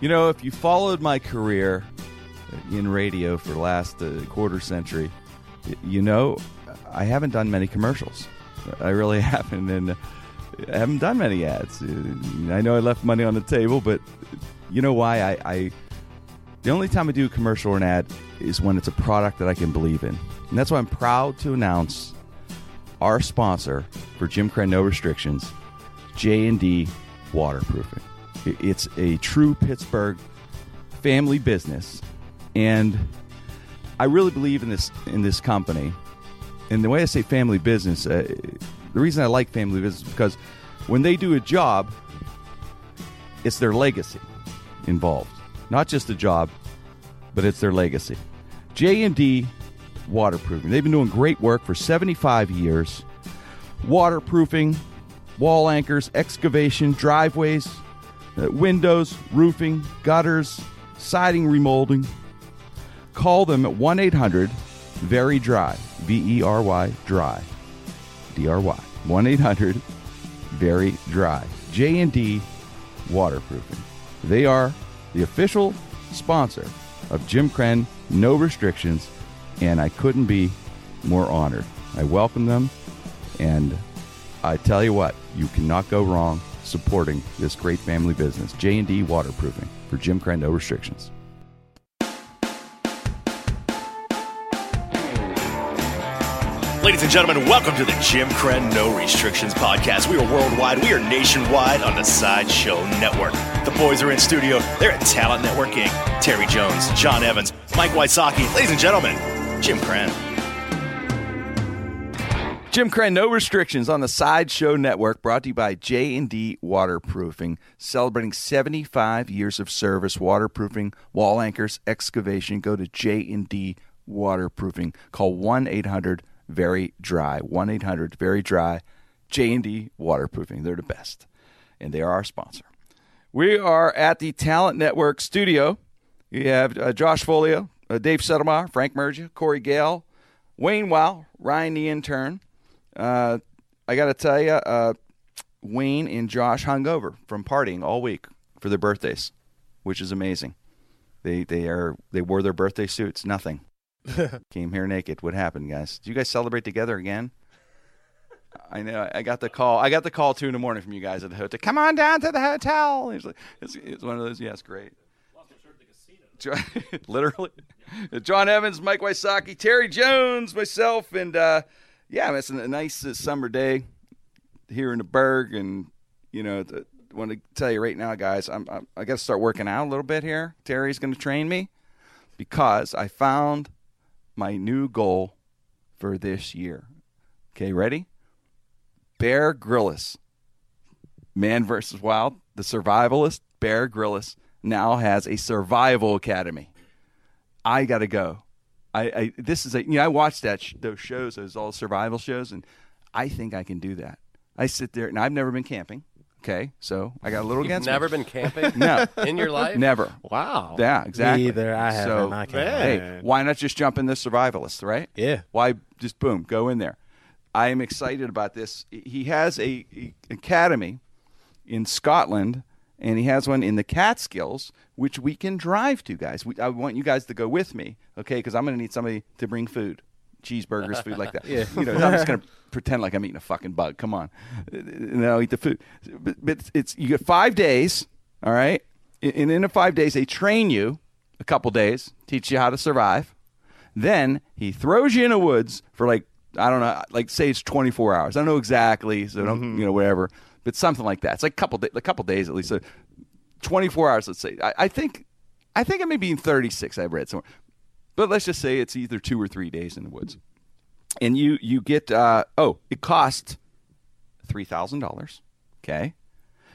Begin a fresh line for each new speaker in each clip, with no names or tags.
You know, if you followed my career in radio for the last uh, quarter century, y- you know, I haven't done many commercials. I really haven't, and uh, I haven't done many ads. Uh, I know I left money on the table, but you know why? I, I the only time I do a commercial or an ad is when it's a product that I can believe in, and that's why I'm proud to announce our sponsor for Jim Crenn No Restrictions, J&D Waterproofing. I- It's a true Pittsburgh family business, and I really believe in this in this company. And the way I say family business, uh, the reason I like family business is because when they do a job, it's their legacy involved, not just the job, but it's their legacy. J&D Waterproofing. They've been doing great work for 75 years. Waterproofing, wall anchors, excavation, driveways, uh, windows, roofing, gutters, siding remolding. Call them at 1-800 Very Dry. V E R Y Dry. D R Y. 1-800 Very Dry. J&D Waterproofing. They are the official sponsor of Jim Crenn, No Restrictions, and I couldn't be more honored. I welcome them, and I tell you what, you cannot go wrong supporting this great family business, J&D Waterproofing, for Jim Crenn, No Restrictions.
Ladies and gentlemen, welcome to the Jim Crenn No Restrictions podcast. We are worldwide, we are nationwide on the Sideshow Network. The boys are in studio. They're at Talent Network Inc. Terry Jones, John Evans, Mike Wysocki. Ladies and gentlemen, Jim Crenn.
Jim Crenn, no restrictions on the Sideshow Network, brought to you by J&D Waterproofing, celebrating 75 years of service, waterproofing, wall anchors, excavation. Go to J&D Waterproofing. Call 1-800-VERY-DRY, 1-800-VERY-DRY, J&D Waterproofing. They're the best, and they are our sponsor. We are at the Talent Network studio. You have uh, Josh Folio, uh, Dave Settlemyer, Frank Mergia, Corey Gale, Wayne Wow, Ryan the intern. Uh, I got to tell you, uh, Wayne and Josh hung over from partying all week for their birthdays, which is amazing. They they are they wore their birthday suits. Nothing came here naked. What happened, guys? Did you guys celebrate together again? I know. I got the call. I got the call two in the morning from you guys at the hotel. Come on down to the hotel. It's, like, it's, it's one of those. Yes, great. John, literally. John Evans, Mike Wysocki, Terry Jones, myself, and uh, yeah, I mean, it's a nice uh, summer day here in the Berg, and you know, th- want to tell you right now, guys, I'm, I'm I got to start working out a little bit here. Terry's going to train me because I found my new goal for this year. Okay, ready? Bear Grylls. Man versus Wild, the survivalist Bear Grylls now has a survival academy. I gotta go. I, I this is a you know I watched that sh- those shows those all survival shows and I think I can do that. I sit there and I've never been camping. Okay, so I got a little against me.
Never been camping
no
in your life?
never
Wow.
yeah exactly
either. I haven't.
So,
I can't.
hey why not just jump in the survivalist right
Yeah.
why just boom go in there i am excited about this he has a, a academy in scotland and he has one in the catskills which we can drive to guys we, i want you guys to go with me okay because i'm going to need somebody to bring food cheeseburgers food like that yeah you know i'm just going to pretend like i'm eating a fucking bug come on no eat the food but, but it's you get five days all right and in, in the five days they train you a couple days teach you how to survive then he throws you in the woods for like I don't know, like say it's 24 hours. I don't know exactly, so don't you know whatever, but something like that. It's like a couple da- a couple days at least. So 24 hours, let's say. I, I think I think it may be in 36. I read somewhere, but let's just say it's either two or three days in the woods, and you you get uh, oh it costs three thousand dollars. Okay,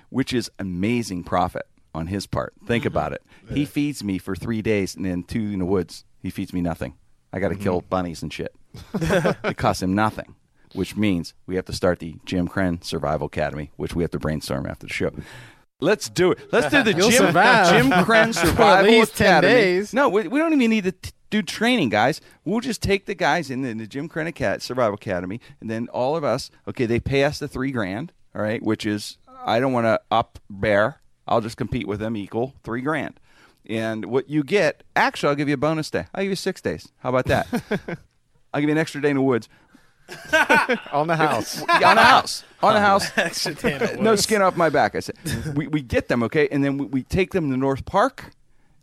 which is amazing profit on his part. Think about it. He feeds me for three days, and then two in the woods. He feeds me nothing. I got to kill bunnies and shit. it costs him nothing, which means we have to start the Jim Crenn Survival Academy, which we have to brainstorm after the show. Let's do it. Let's do the
You'll
Jim,
survive.
Jim Crenn Survival
least 10
Academy.
days.
No, we, we don't even need to t- do training, guys. We'll just take the guys in the, in the Jim Crenna Cat Survival Academy, and then all of us. Okay, they pay us the three grand, all right, which is I don't want to up bear. I'll just compete with them equal three grand. And what you get, actually, I'll give you a bonus day. I'll give you six days. How about that? I'll give you an extra day in the woods.
on the house.
on a house. On a house.
Extra damn it,
no
Wes.
skin off my back. I said, we, we get them, okay, and then we, we take them to North Park,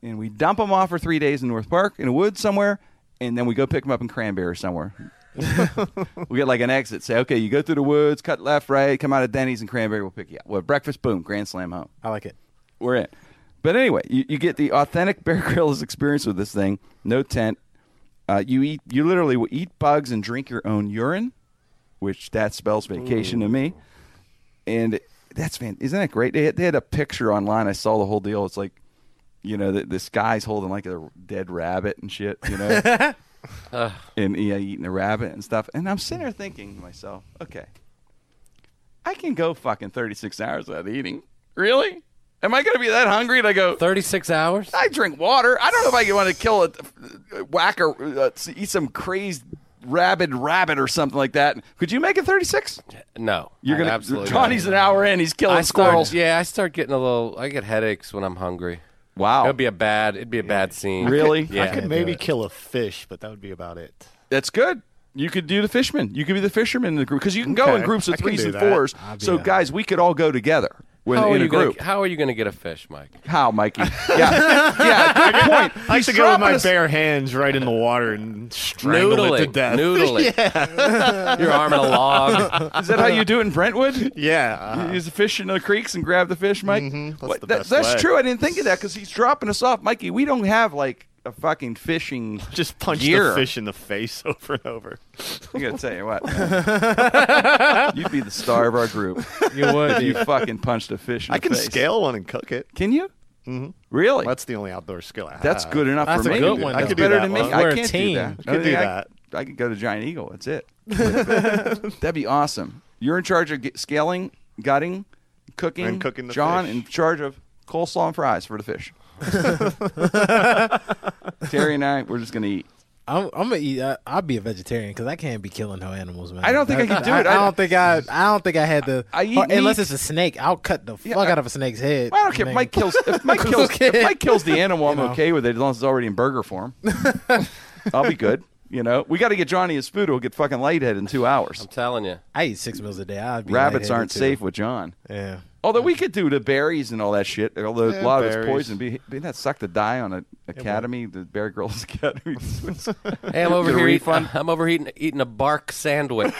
and we dump them off for three days in North Park in a woods somewhere, and then we go pick them up in Cranberry somewhere. we get like an exit. Say, okay, you go through the woods, cut left, right, come out of Denny's and Cranberry, we'll pick you up. Well, breakfast, boom, grand slam home
I like it.
we're in. But anyway, you, you get the authentic Bear Grylls experience with this thing. No tent. Uh, you eat. You literally will eat bugs and drink your own urine, which that spells vacation to me. And that's fan. Isn't that great? They had, they had a picture online. I saw the whole deal. It's like, you know, th this guy's holding like a dead rabbit and shit. You know, and yeah, eating a rabbit and stuff. And I'm sitting there thinking to myself, okay, I can go fucking 36 hours without eating. Really? Am I going to be that hungry? And I go,
36 hours?
I drink water. I don't know if I want to kill a whacker, uh, eat some crazed rabid rabbit or something like that. Could you make it 36?
No.
You're
I
going to.
absolutely
Johnny's an hour in. He's killing
I start-
squirrels.
yeah, I start getting a little. I get headaches when I'm hungry.
Wow.
It'd be a bad. It'd be a bad scene.
Oh. Really?
Yeah.
I could maybe kill a fish, but that would be about it.
That's good. You could do the fisherman. You could be the fisherman in the group because you can go in
Okay.
groups
I
of
can
threes
do
and
that.
fours.
I'll be
So,
a- Oh,
guys, we could all go together when,
How are,
in a
you gonna,
group.
how are you going to get a fish, Mike?
How, Mikey? Yeah, yeah. Good point.
I used
He's
to go with my
dropping us-
bare hands right in the water and strangle
Noodle
it to
it.
death.
Noodle it. Your arm in a log.
Is that how you do it in Brentwood?
Yeah. uh-huh. Mm-hmm.
Use the fish in the creeks and grab the fish, Mike.
That's the
that-
best
that's
way.
true. I didn't think of that because he's dropping us off, Mikey. We don't have like a fucking fishing.
Just punch
gear.
the fish in the face over and over.
I'm gonna tell you what, man. you'd be the star of our group.
You would.
You fucking punched a fish. In
I
the
can
face.
scale Mm-hmm. one and cook it.
Can you? Really?
That's the only outdoor skill I have.
That's good enough
That's
for
a
me.
good
That's
one,
though. I could do
better
that
than me.
one.
I
We're a
can't do
team.
that.
You
I
could
think
do
I-
that.
I could go to Giant Eagle. That's it. That'd be awesome. You're in charge of ge- scaling, gutting, cooking.
And cooking the
John
fish.
in charge of coleslaw and fries for the fish. Terry and I, we're just gonna eat.
I'm, I'm gonna eat. I, I'll be a vegetarian because I can't be killing no animals, man.
I don't think I can do it.
I,
I-
don't think I. I don't think I had the.
I eat
or unless
meat.
it's a snake, I'll cut the
Yeah,
fuck
I-
out of a snake's head.
I don't care if
Man.
Mike kills if Mike kills if
Okay.
Mike kills the animal. I'm
You know.
okay with it as long as it's already in burger form. I'll be good. You know, we got to get Johnny his food. or He'll get fucking lightheaded in two hours.
I'm telling you.
I eat six meals a day. I'd be
Rabbits
lightheaded,
aren't
too.
safe with John.
Yeah.
Although we could do the berries and all that shit, although a
Yeah,
lot of it's
berries.
poison. Be, be that suck to die on an academy, the Bear Grylls Academy.
Hey, I'm over
Get a
here. Eat,
refund.
I'm over here eating, eating a bark sandwich.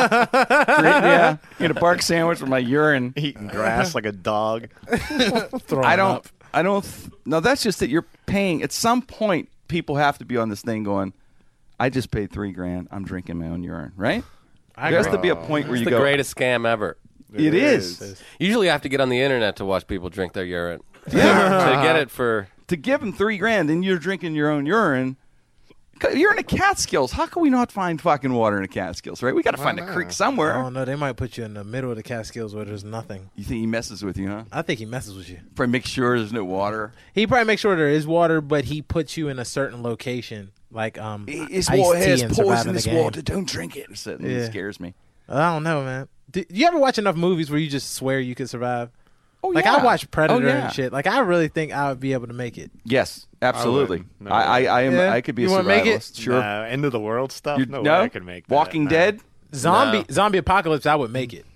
yeah, get a bark sandwich with my urine.
Eating grass like a dog.
Throwing
I don't.
up.
I don't. Th- no, that's just that you're paying. At some point, people have to be on this thing going. I just paid three grand. I'm drinking my own urine, right?
I
there has
agree.
to be a point where
It's
you
the
go.
greatest scam ever.
it is.
Usually, I have to get on the internet to watch people drink their urine. Yeah. to get it for
to give them three grand, and you're drinking your own urine. C- You're in the Catskills. How can we not find fucking water in the Catskills? Right? We got to find a creek somewhere.
I don't know. They might put you in the middle of the Catskills where there's nothing.
You think he messes with you, huh?
I think he messes with you.
Probably make sure there's no water.
He probably makes sure there is water, but he puts you in a certain location, like um,
It's
iced
water
tea
has
and Surviving
poisonous
the Game.
water. Don't drink it. So It
Yeah.
scares me.
I don't know, man. Do you ever watch enough movies where you just swear you could survive?
Oh,
Like
yeah.
I watch Predator
Oh, yeah.
and shit. Like I really think I would be able to make it.
Yes, absolutely.
wouldn't. No
I, I, I, am.
Yeah?
I could be
You
a
wanna make it?
survivalist. Sure.
Nah, Uh, end of the world stuff.
You-
no, way I could make that. Uh,
Walking
Nah.
Dead.
Zombie
No.
zombie apocalypse, I would make it.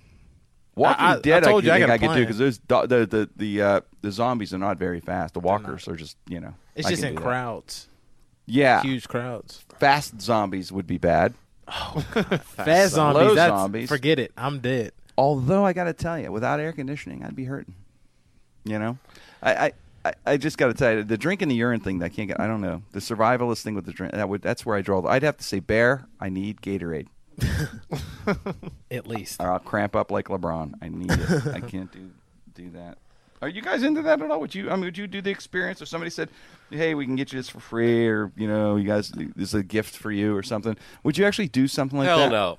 Walking
I- I
Dead. I,
told
could,
you I
think
got
I
a
could do
plan.
because those do- the the the uh, the zombies are not very fast. The walkers are just you know.
It's
I
just
can
in
do that.
crowds,
Yeah,
huge crowds.
fast zombies would be bad.
Fast zombies,
Low
that's,
zombies.
Forget it. I'm dead.
Although I got to tell you, without air conditioning, I'd be hurting. You know, I I- I, I just got to tell you the drinking the urine thing that I can't get. I don't know the survivalist thing with the drink. That would that's where I draw. The, I'd have to say bear. I need Gatorade,
At least
or I'll cramp up like LeBron. I need it. I can't do do that. Are you guys into that at all? Would you? I mean, would you do the experience if somebody said, "Hey, we can get you this for free," or you know, you guys, this is a gift for you, or something? Would you actually do something like
hell
that?
no.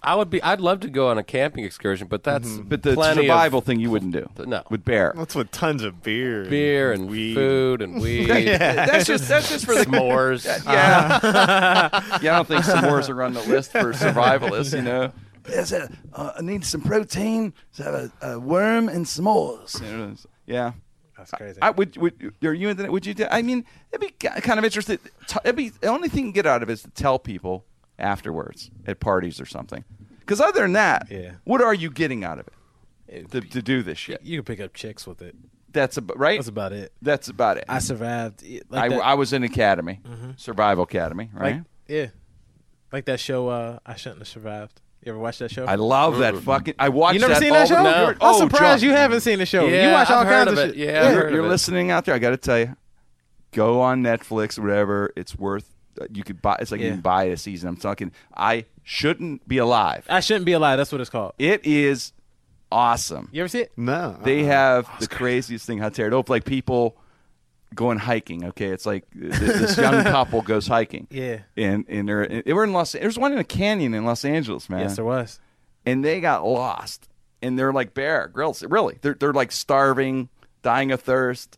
I would be. I'd love to go on a camping excursion, but that's
Mm-hmm. But the
plenty of
survival thing you wouldn't do.
No.
with bear.
That's with tons of beer.
beer and
weed.
food and weed,
That's just that's just for the
s'mores.
Yeah. yeah, I don't think s'mores are on the list for survivalists, you know. Yes, uh, uh, I need some protein. So I have a, a worm and s'mores. You know, it's- Yeah.
That's crazy.
I would, would are you in the, would you do, I mean it'd be ki- kind of interesting t- it'd be the only thing you can get out of it is to tell people afterwards at parties or something because other than that
Yeah.
what are you getting out of it
It'd
to, to do this shit
you can pick up chicks with it.
that's about right
That's about it.
that's about it
I survived. it- Like
I,
that, Mm-hmm.
I was in academy survival academy right
like, yeah, like that show. Uh, I shouldn't have survived. You ever watch that show?
I love that fucking I watched
you never
that
seen
all
that
the-
show?
No.
I'm
Oh,
surprised
John.
you haven't seen the show.
Yeah,
you watch all
I've heard
kinds
of it. Yeah,
shit.
I've heard
you're,
of
you're
it.
listening out there. I got to tell you, go on Netflix, whatever. It's worth. uh, You could buy. It's like you
Yeah.
can buy a season. I'm talking. I shouldn't be alive.
I shouldn't be alive. That's what it's called.
It is awesome.
You ever see it?
No.
They
uh-uh.
Uh-huh.
have the craziest thing how tear it up. Like people going hiking. Okay, it's like th- this young couple goes hiking.
Yeah.
and and they're and they were in Los. There's one in a canyon in Los Angeles, man
Yes, there was.
and they got lost and they're like bear grills really they're, they're like starving dying of thirst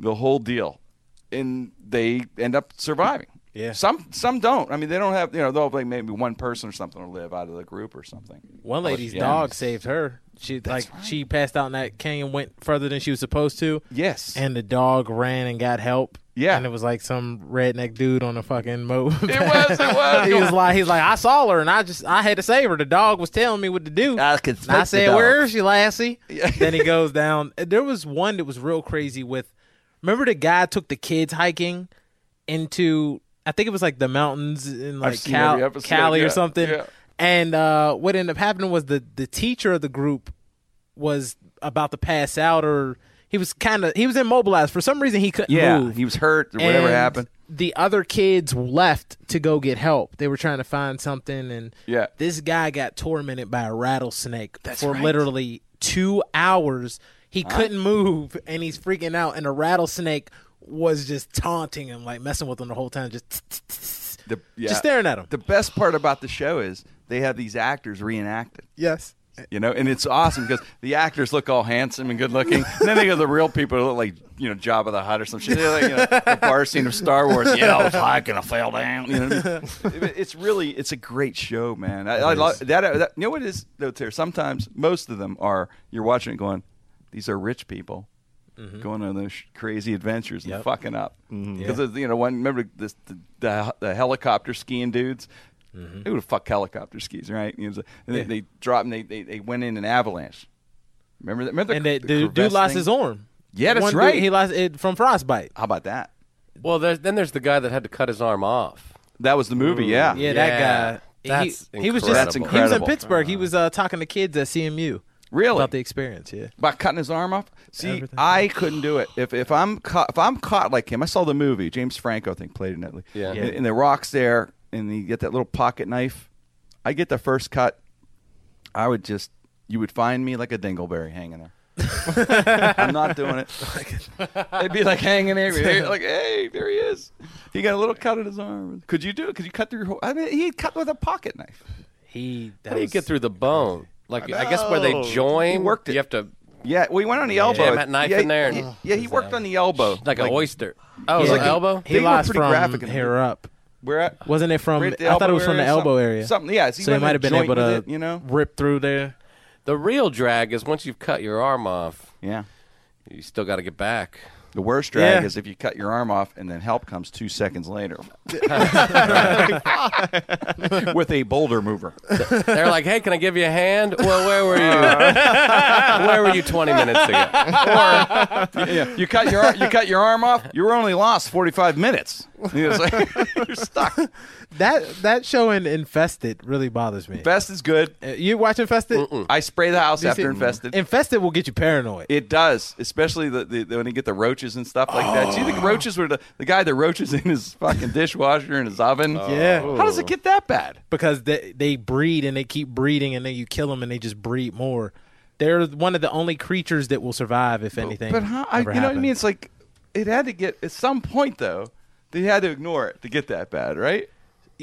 the whole deal and they end up surviving
Yeah.
some some don't i mean they don't have you know they'll like maybe one person or something will live out of the group or something
One lady's
Oh, yeah.
dog saved her. She like she passed out in that canyon, went further than she was supposed to.
yes
And the dog ran and got help.
Yeah.
and it was like some redneck dude on a fucking moat.
it was it was
he was like, he's like, I saw her and I just I had to save her. The dog was telling me what to do.
I could
And
fake
I
the
said,
dog.
"Where is she, Lassie?"
Yeah.
then he goes down. There was one that was real crazy with. Remember the guy took the kids hiking into I think it was like the mountains in like
seen
Cal-
every episode,
Cali
yeah,
or something.
yeah.
And uh, what ended up happening was the the teacher of the group was about to pass out or he was kind of he was immobilized for some reason he couldn't
yeah
move
he was hurt or whatever
and
happened
The other kids left to go get help. They were trying to find something, and
Yeah.
this guy got tormented by a rattlesnake for literally two hours. He couldn't move, and he's freaking out. And the rattlesnake was just taunting him, like messing with him the whole time, just
the, yeah.
just staring at him.
the best part about the show is they have these actors reenact it
Yes,
You know, and it's awesome because the actors look all handsome and good looking. And then they go the real people who look like you know Jabba the Hutt or some shit. They're like you know, the bar scene of Star Wars. Yeah, I was hiking, I fell down. You know, what I mean? It- it's really it's a great show, man. I, I love that, that. You know what it is though, Terry? Sometimes most of them are you're watching it going, these are rich people. Going on those sh- crazy adventures and
Mm-hmm. Yep.
fucking up because you know one remember this the, the, the helicopter skiing dudes who the fuck helicopter skis right You know, and they,
Mm-hmm. Yeah.
they dropped and they, they, they went in an avalanche remember that remember the,
and the,
the
dude, dude
crevasse
lost
thing?
his arm.
Yeah, that's
One dude,
right.
he lost it from frostbite.
how about that
Well, there's, then there's the guy that had to cut his arm off.
that was the movie yeah
Yeah,
Yeah,
that guy.
that's
he, he was just
That's
he was in
incredible. Uh-huh.
Pittsburgh. He was uh, talking to kids at CMU.
Really?
about the experience. Yeah.
by cutting his arm off see
Everything.
I couldn't do it if if I'm caught if I'm caught like him I saw the movie James Franco I think played in it
Yeah.
and, and the rocks there and you get that little pocket knife I get the first cut I would just you would find me like a dingleberry hanging there. I'm not doing it. It'd be like hanging there, here, like, hey, there he is. He got a little cut in his arm. Could you do it? Could you cut through your whole? I mean, he cut with a pocket knife.
He that
How do you
was-
get through the bone? Like I guess where they
know.
join,
Oh, He worked it.
you have to
Yeah, well, he went on the elbow.
that knife
yeah,
in there and-
Yeah, yeah, he worked on the elbow.
like, an oyster. Oh,
Yeah.
it was
Like
an
a-
elbow.
They
He
were
lost
pretty
from
graphic in the
here up.
Where at?
Wasn't it from?
right at the
I thought it
elbow
was from the
area,
elbow
something-
area.
Something, yeah.
so he might have been able to,
you know?
rip through there.
the real drag is once you've cut your arm off,
Yeah.
you still got to get back.
The worst drag
Yeah.
is if you cut your arm off and then help comes two seconds later with a boulder mover.
They're like, "Hey, can I give you a hand?" Well, where were you? where were you 20 minutes ago?
yeah. You cut your ar- you cut your arm off. You were only lost forty five minutes. You know, it's like- You're stuck.
That that show in Infested really bothers me.
Best is good.
Uh, you watch Infested?
I spray the house
You
after
see-
infested.
Infested will get you paranoid.
It does, especially the, the, when you get the roaches and stuff like that. See, the
Oh.
roaches were the, the guy that roaches in his fucking dishwasher and his oven.
Oh. Yeah.
How does it get that bad?
because they they breed and they keep breeding and then you kill them and they just breed more. They're one of the only creatures that will survive if anything.
But how? I, you know
ever
what I
happens.
mean? It's like it had to get at some point though. They had to ignore it to get that bad, right?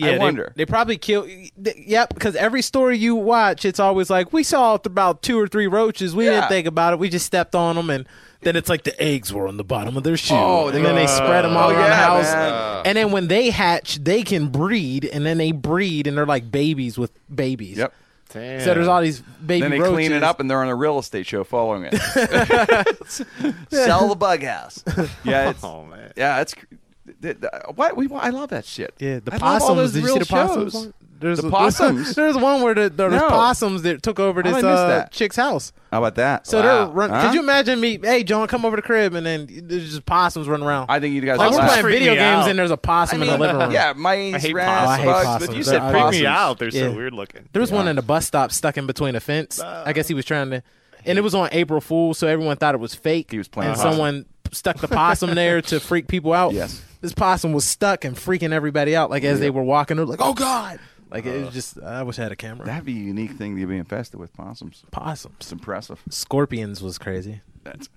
I
they-
wonder.
They, probably kill. th- Yep, because every story you watch, it's always like we saw th- about two or three roaches. We
Yeah.
didn't think about it. We just stepped on them, and then it's like the eggs were on the bottom of their shoe.
Oh, they
and then they spread them all
Oh,
around
yeah,
the house.
man.
And then when they hatch, they can breed, and then they breed, and they're like babies with babies.
Yep.
Damn.
So there's all these baby
Then they
roaches.
clean it up and they're on a real estate show following it. Sell the bug house. Yeah, it's,
Oh man.
yeah, it's. th- th- Why we? Why, I love that shit.
Yeah, the
I love
possums.
all those
Did you
real
see the possums?
shows.
one? There's
The
a-
possums?
There's one where the, there was
No.
possums that took over
How
this
did I miss
uh,
that?
chick's house.
How about that?
So
Wow.
they're run.
Huh?
Could you imagine me? Hey, John, come over to the crib, and then there's just possums running around.
I think you guys.
like
would
we're
Possums
laugh.
playing
freak
video
me
games,
out.
and there's a possum in the living room.
Yeah, mice,
hate
rats,
possums. I hate
bugs. But you
possums.
said
They're- I-
Freak
possums.
me out. They're so
Yeah. Uh.
weird looking.
There was one in a bus stop stuck in between a fence. I guess he was trying to, and it was on April Fool, so everyone thought it was fake.
He was playing
and
possum.
someone stuck the possum there to freak people out.
Yes.
this possum was stuck and freaking everybody out. Like as they were walking, they were like, "Oh God!" Like it was just. I wish I had a camera.
That'd be a unique thing to be infested with possums. It's
possums,
impressive.
scorpions was crazy.
That's,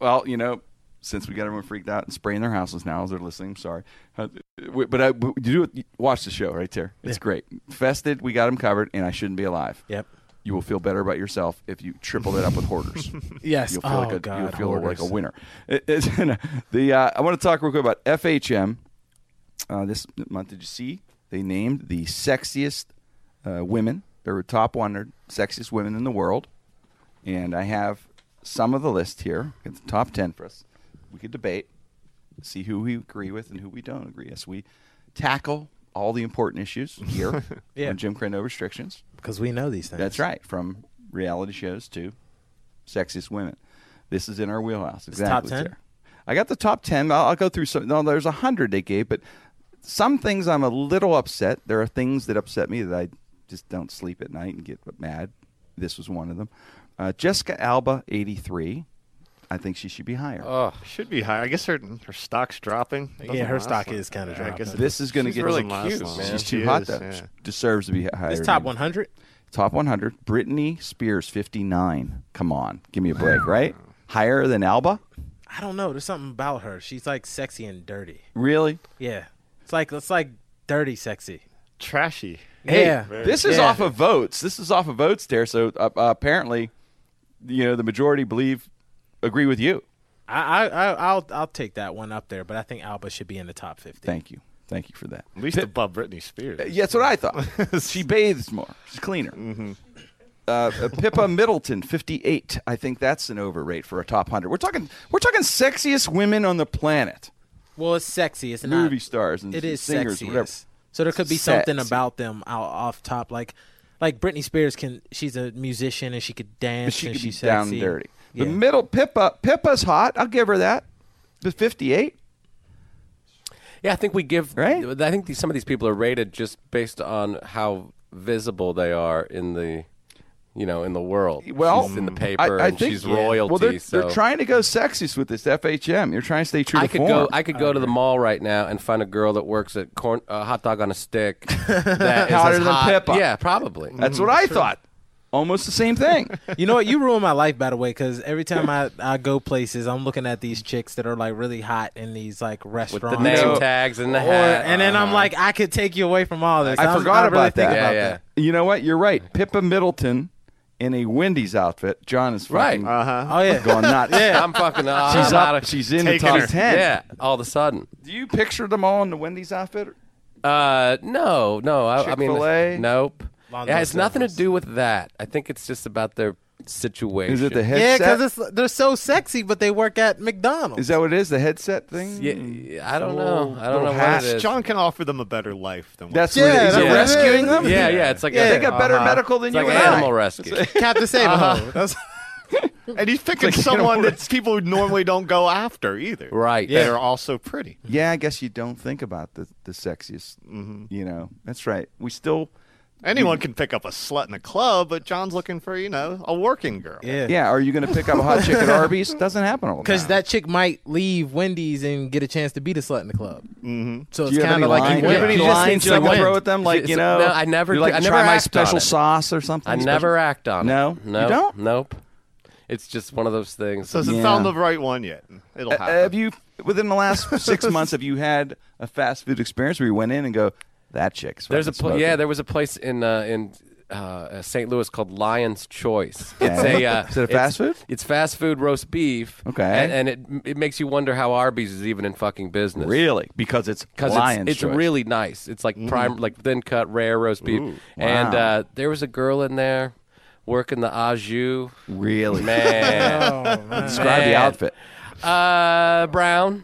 well, you know, since we got everyone freaked out and spraying their houses now as they're listening, I'm sorry. Uh, we- But I, but you do watch the show right there. It's great. Fested, we got them covered, and I shouldn't be alive.
Yep.
You will feel better about yourself if you triple that up with hoarders.
Yes.
You'll feel
oh
like a,
God.
you'll feel
hoarders.
like a winner. It- it's- the uh, I want to talk real quick about FHM. Uh, this month, did you see they named the sexiest uh, women? They were top 100 sexiest women in the world, and I have some of the list here. It's the top 10 for us. We could debate, see who we agree with and who we don't agree. As we tackle all the important issues here
Yeah.
on Jim Crane No Restrictions.
because we know these things.
That's right. From reality shows to sexiest women. This is in our wheelhouse.
top
Exactly.
10?
Tara. I got the top 10. I'll, I'll go through some. No, there's a 100 they gave, but some things I'm a little upset. There are things that upset me that I just don't sleep at night and get mad. This was one of them. Uh, Jessica Alba, 83. I think she should be higher.
Should be high. I guess her her stock's dropping. It
Yeah, her
doesn't
stock
last long.
is kinda
Yeah, I guess
dropping.
it-
this is going to
she's
get
really
she's
cute, man.
She's
She
too hot
is,
though.
yeah.
She deserves to be higher.
It's
than
top
me.
100.
Top 100. Britney Spears, 59. Come on. Give me a break, right? Higher than Alba?
I don't know. There's something about her. She's like sexy and dirty.
Really?
Yeah. It's like it's like dirty sexy.
Trashy.
yeah.
This is
Yeah.
off of votes. This is off of votes there. So uh, uh, apparently, you know, the majority believe, agree with you.
I, I I- I'll I'll take that one up there, but I think Alba should be in the top 50.
Thank you. Thank you for that.
At least above Britney Spears.
Yeah, that's what I thought. she bathes more. She's cleaner. Uh, uh, Pippa Middleton, fifty-eight. I think that's an overrate for a top hundred. We're talking. We're talking sexiest women on the planet.
Well, it's sexy. It's not,
Movie stars and
It is
singers,
sexy.
whatever.
yes. So there could be something
Sexy.
about them out off top, like like Britney Spears can. She's a musician and she could
But
dance.
she
and
could be
she's
down
sexy.
and dirty.
Yeah.
The middle Pippa. Pippa's hot. I'll give her that. But fifty-eight.
Yeah, I think we give.
Right?
I think these, some of these people are rated just based on how visible they are in the, you know, in the world.
Well,
she's in the
I-
paper
I
and
think-
she's royalty.
Well, they're,
so
they're trying to go sexist with this FHM. You're trying to stay true
I
to
could
form.
go. I could go to the mall right now and find a girl that works at corn uh, hot dog on a stick. That is
Hotter
as
than
hot.
Pippa.
Yeah, probably.
That's what I thought. Almost the same thing.
You know what? You ruin my life, by the way, because every time I, I go places, I'm looking at these chicks that are like really hot in these like restaurants.
the name
No.
tags and the
or,
hat. Uh-huh.
and then I'm like, I could take you away from all this.
I
I'm-
forgot
I'm really
about that.
thinking
yeah,
about
yeah.
that.
you know what? You're right. Pippa Middleton in a Wendy's outfit. John is
Right.
fucking
Uh huh.
Oh yeah.
gone nuts.
I'm fucking. Uh,
She's
I'm out
up.
of-
She's in the
taking
top
her.
ten.
Yeah, all of a sudden.
Do you picture them all in the Wendy's outfit?
Uh, no, no. I, I
Chick-fil-A?
mean, nope.
Long
it
John
has nothing to
Silver's.
do with that. I think it's just about their situation.
Is it the
Yeah,
headset?
because they're so sexy, but they work at McDonald's.
is that what it is? The headset thing?
Yeah, yeah, I don't know. I don't know
hat.
what it is.
John can offer them a better life than what
That's
Yeah,
what it is.
that's
You're
what it
rescuing
is.
them?
yeah, yeah. It's like a,
They got better
Uh-huh.
medical than
it's
you
like an
and I.
animal rescue.
Captain Sable.
Uh-huh.
That's
And he's picking
like, you know
someone
what?
that people normally don't go after either.
Right.
That
Yeah.
are also pretty.
Yeah, I guess you don't think about the the sexiest.
Mm-hmm.
You know, that's right. We still,
Anyone can pick up a slut in a club, but John's looking for, you know, a working girl.
yeah.
yeah. Are you going to pick up a hot chick at Arby's? Doesn't happen all the
Because
time.
that chick might leave Wendy's and get a chance to beat a slut in the club. Mm-hmm. So
Do
it's
you have any
kind of like
lines?
you
Do you have
win.
any
You just
lines
seem
you
to
can
win.
throw at them? Like
It's-
you know,
no, I never
You like
do- I never
try my
act on
special
it.
sauce or something.
I never
Special-
act on
No?
it.
You
Nope.
don't?
Nope. It's just one of those things.
So hasn't
Yeah.
found the right one yet. It'll
Uh,
happen.
Have you within the last six months? Have you had a fast food experience where you went in and go, that chick's
There's a
fucking
pl- yeah.
smoking."
There was a place in uh, in uh, uh, St. Louis called Lion's Choice. It's a uh,
Is it a
it's-
fast food?
It's fast food roast beef.
Okay.
and, and it it makes you wonder how Arby's is even in fucking business.
Really? Because it's
Because
lion's Mm.
it's, it's
choice.
really nice. It's like prime, like thin cut, rare roast beef. And uh, there was a girl in there working the au jus.
really
Man,
Oh, man.
describe the
Man.
outfit.
uh, brown,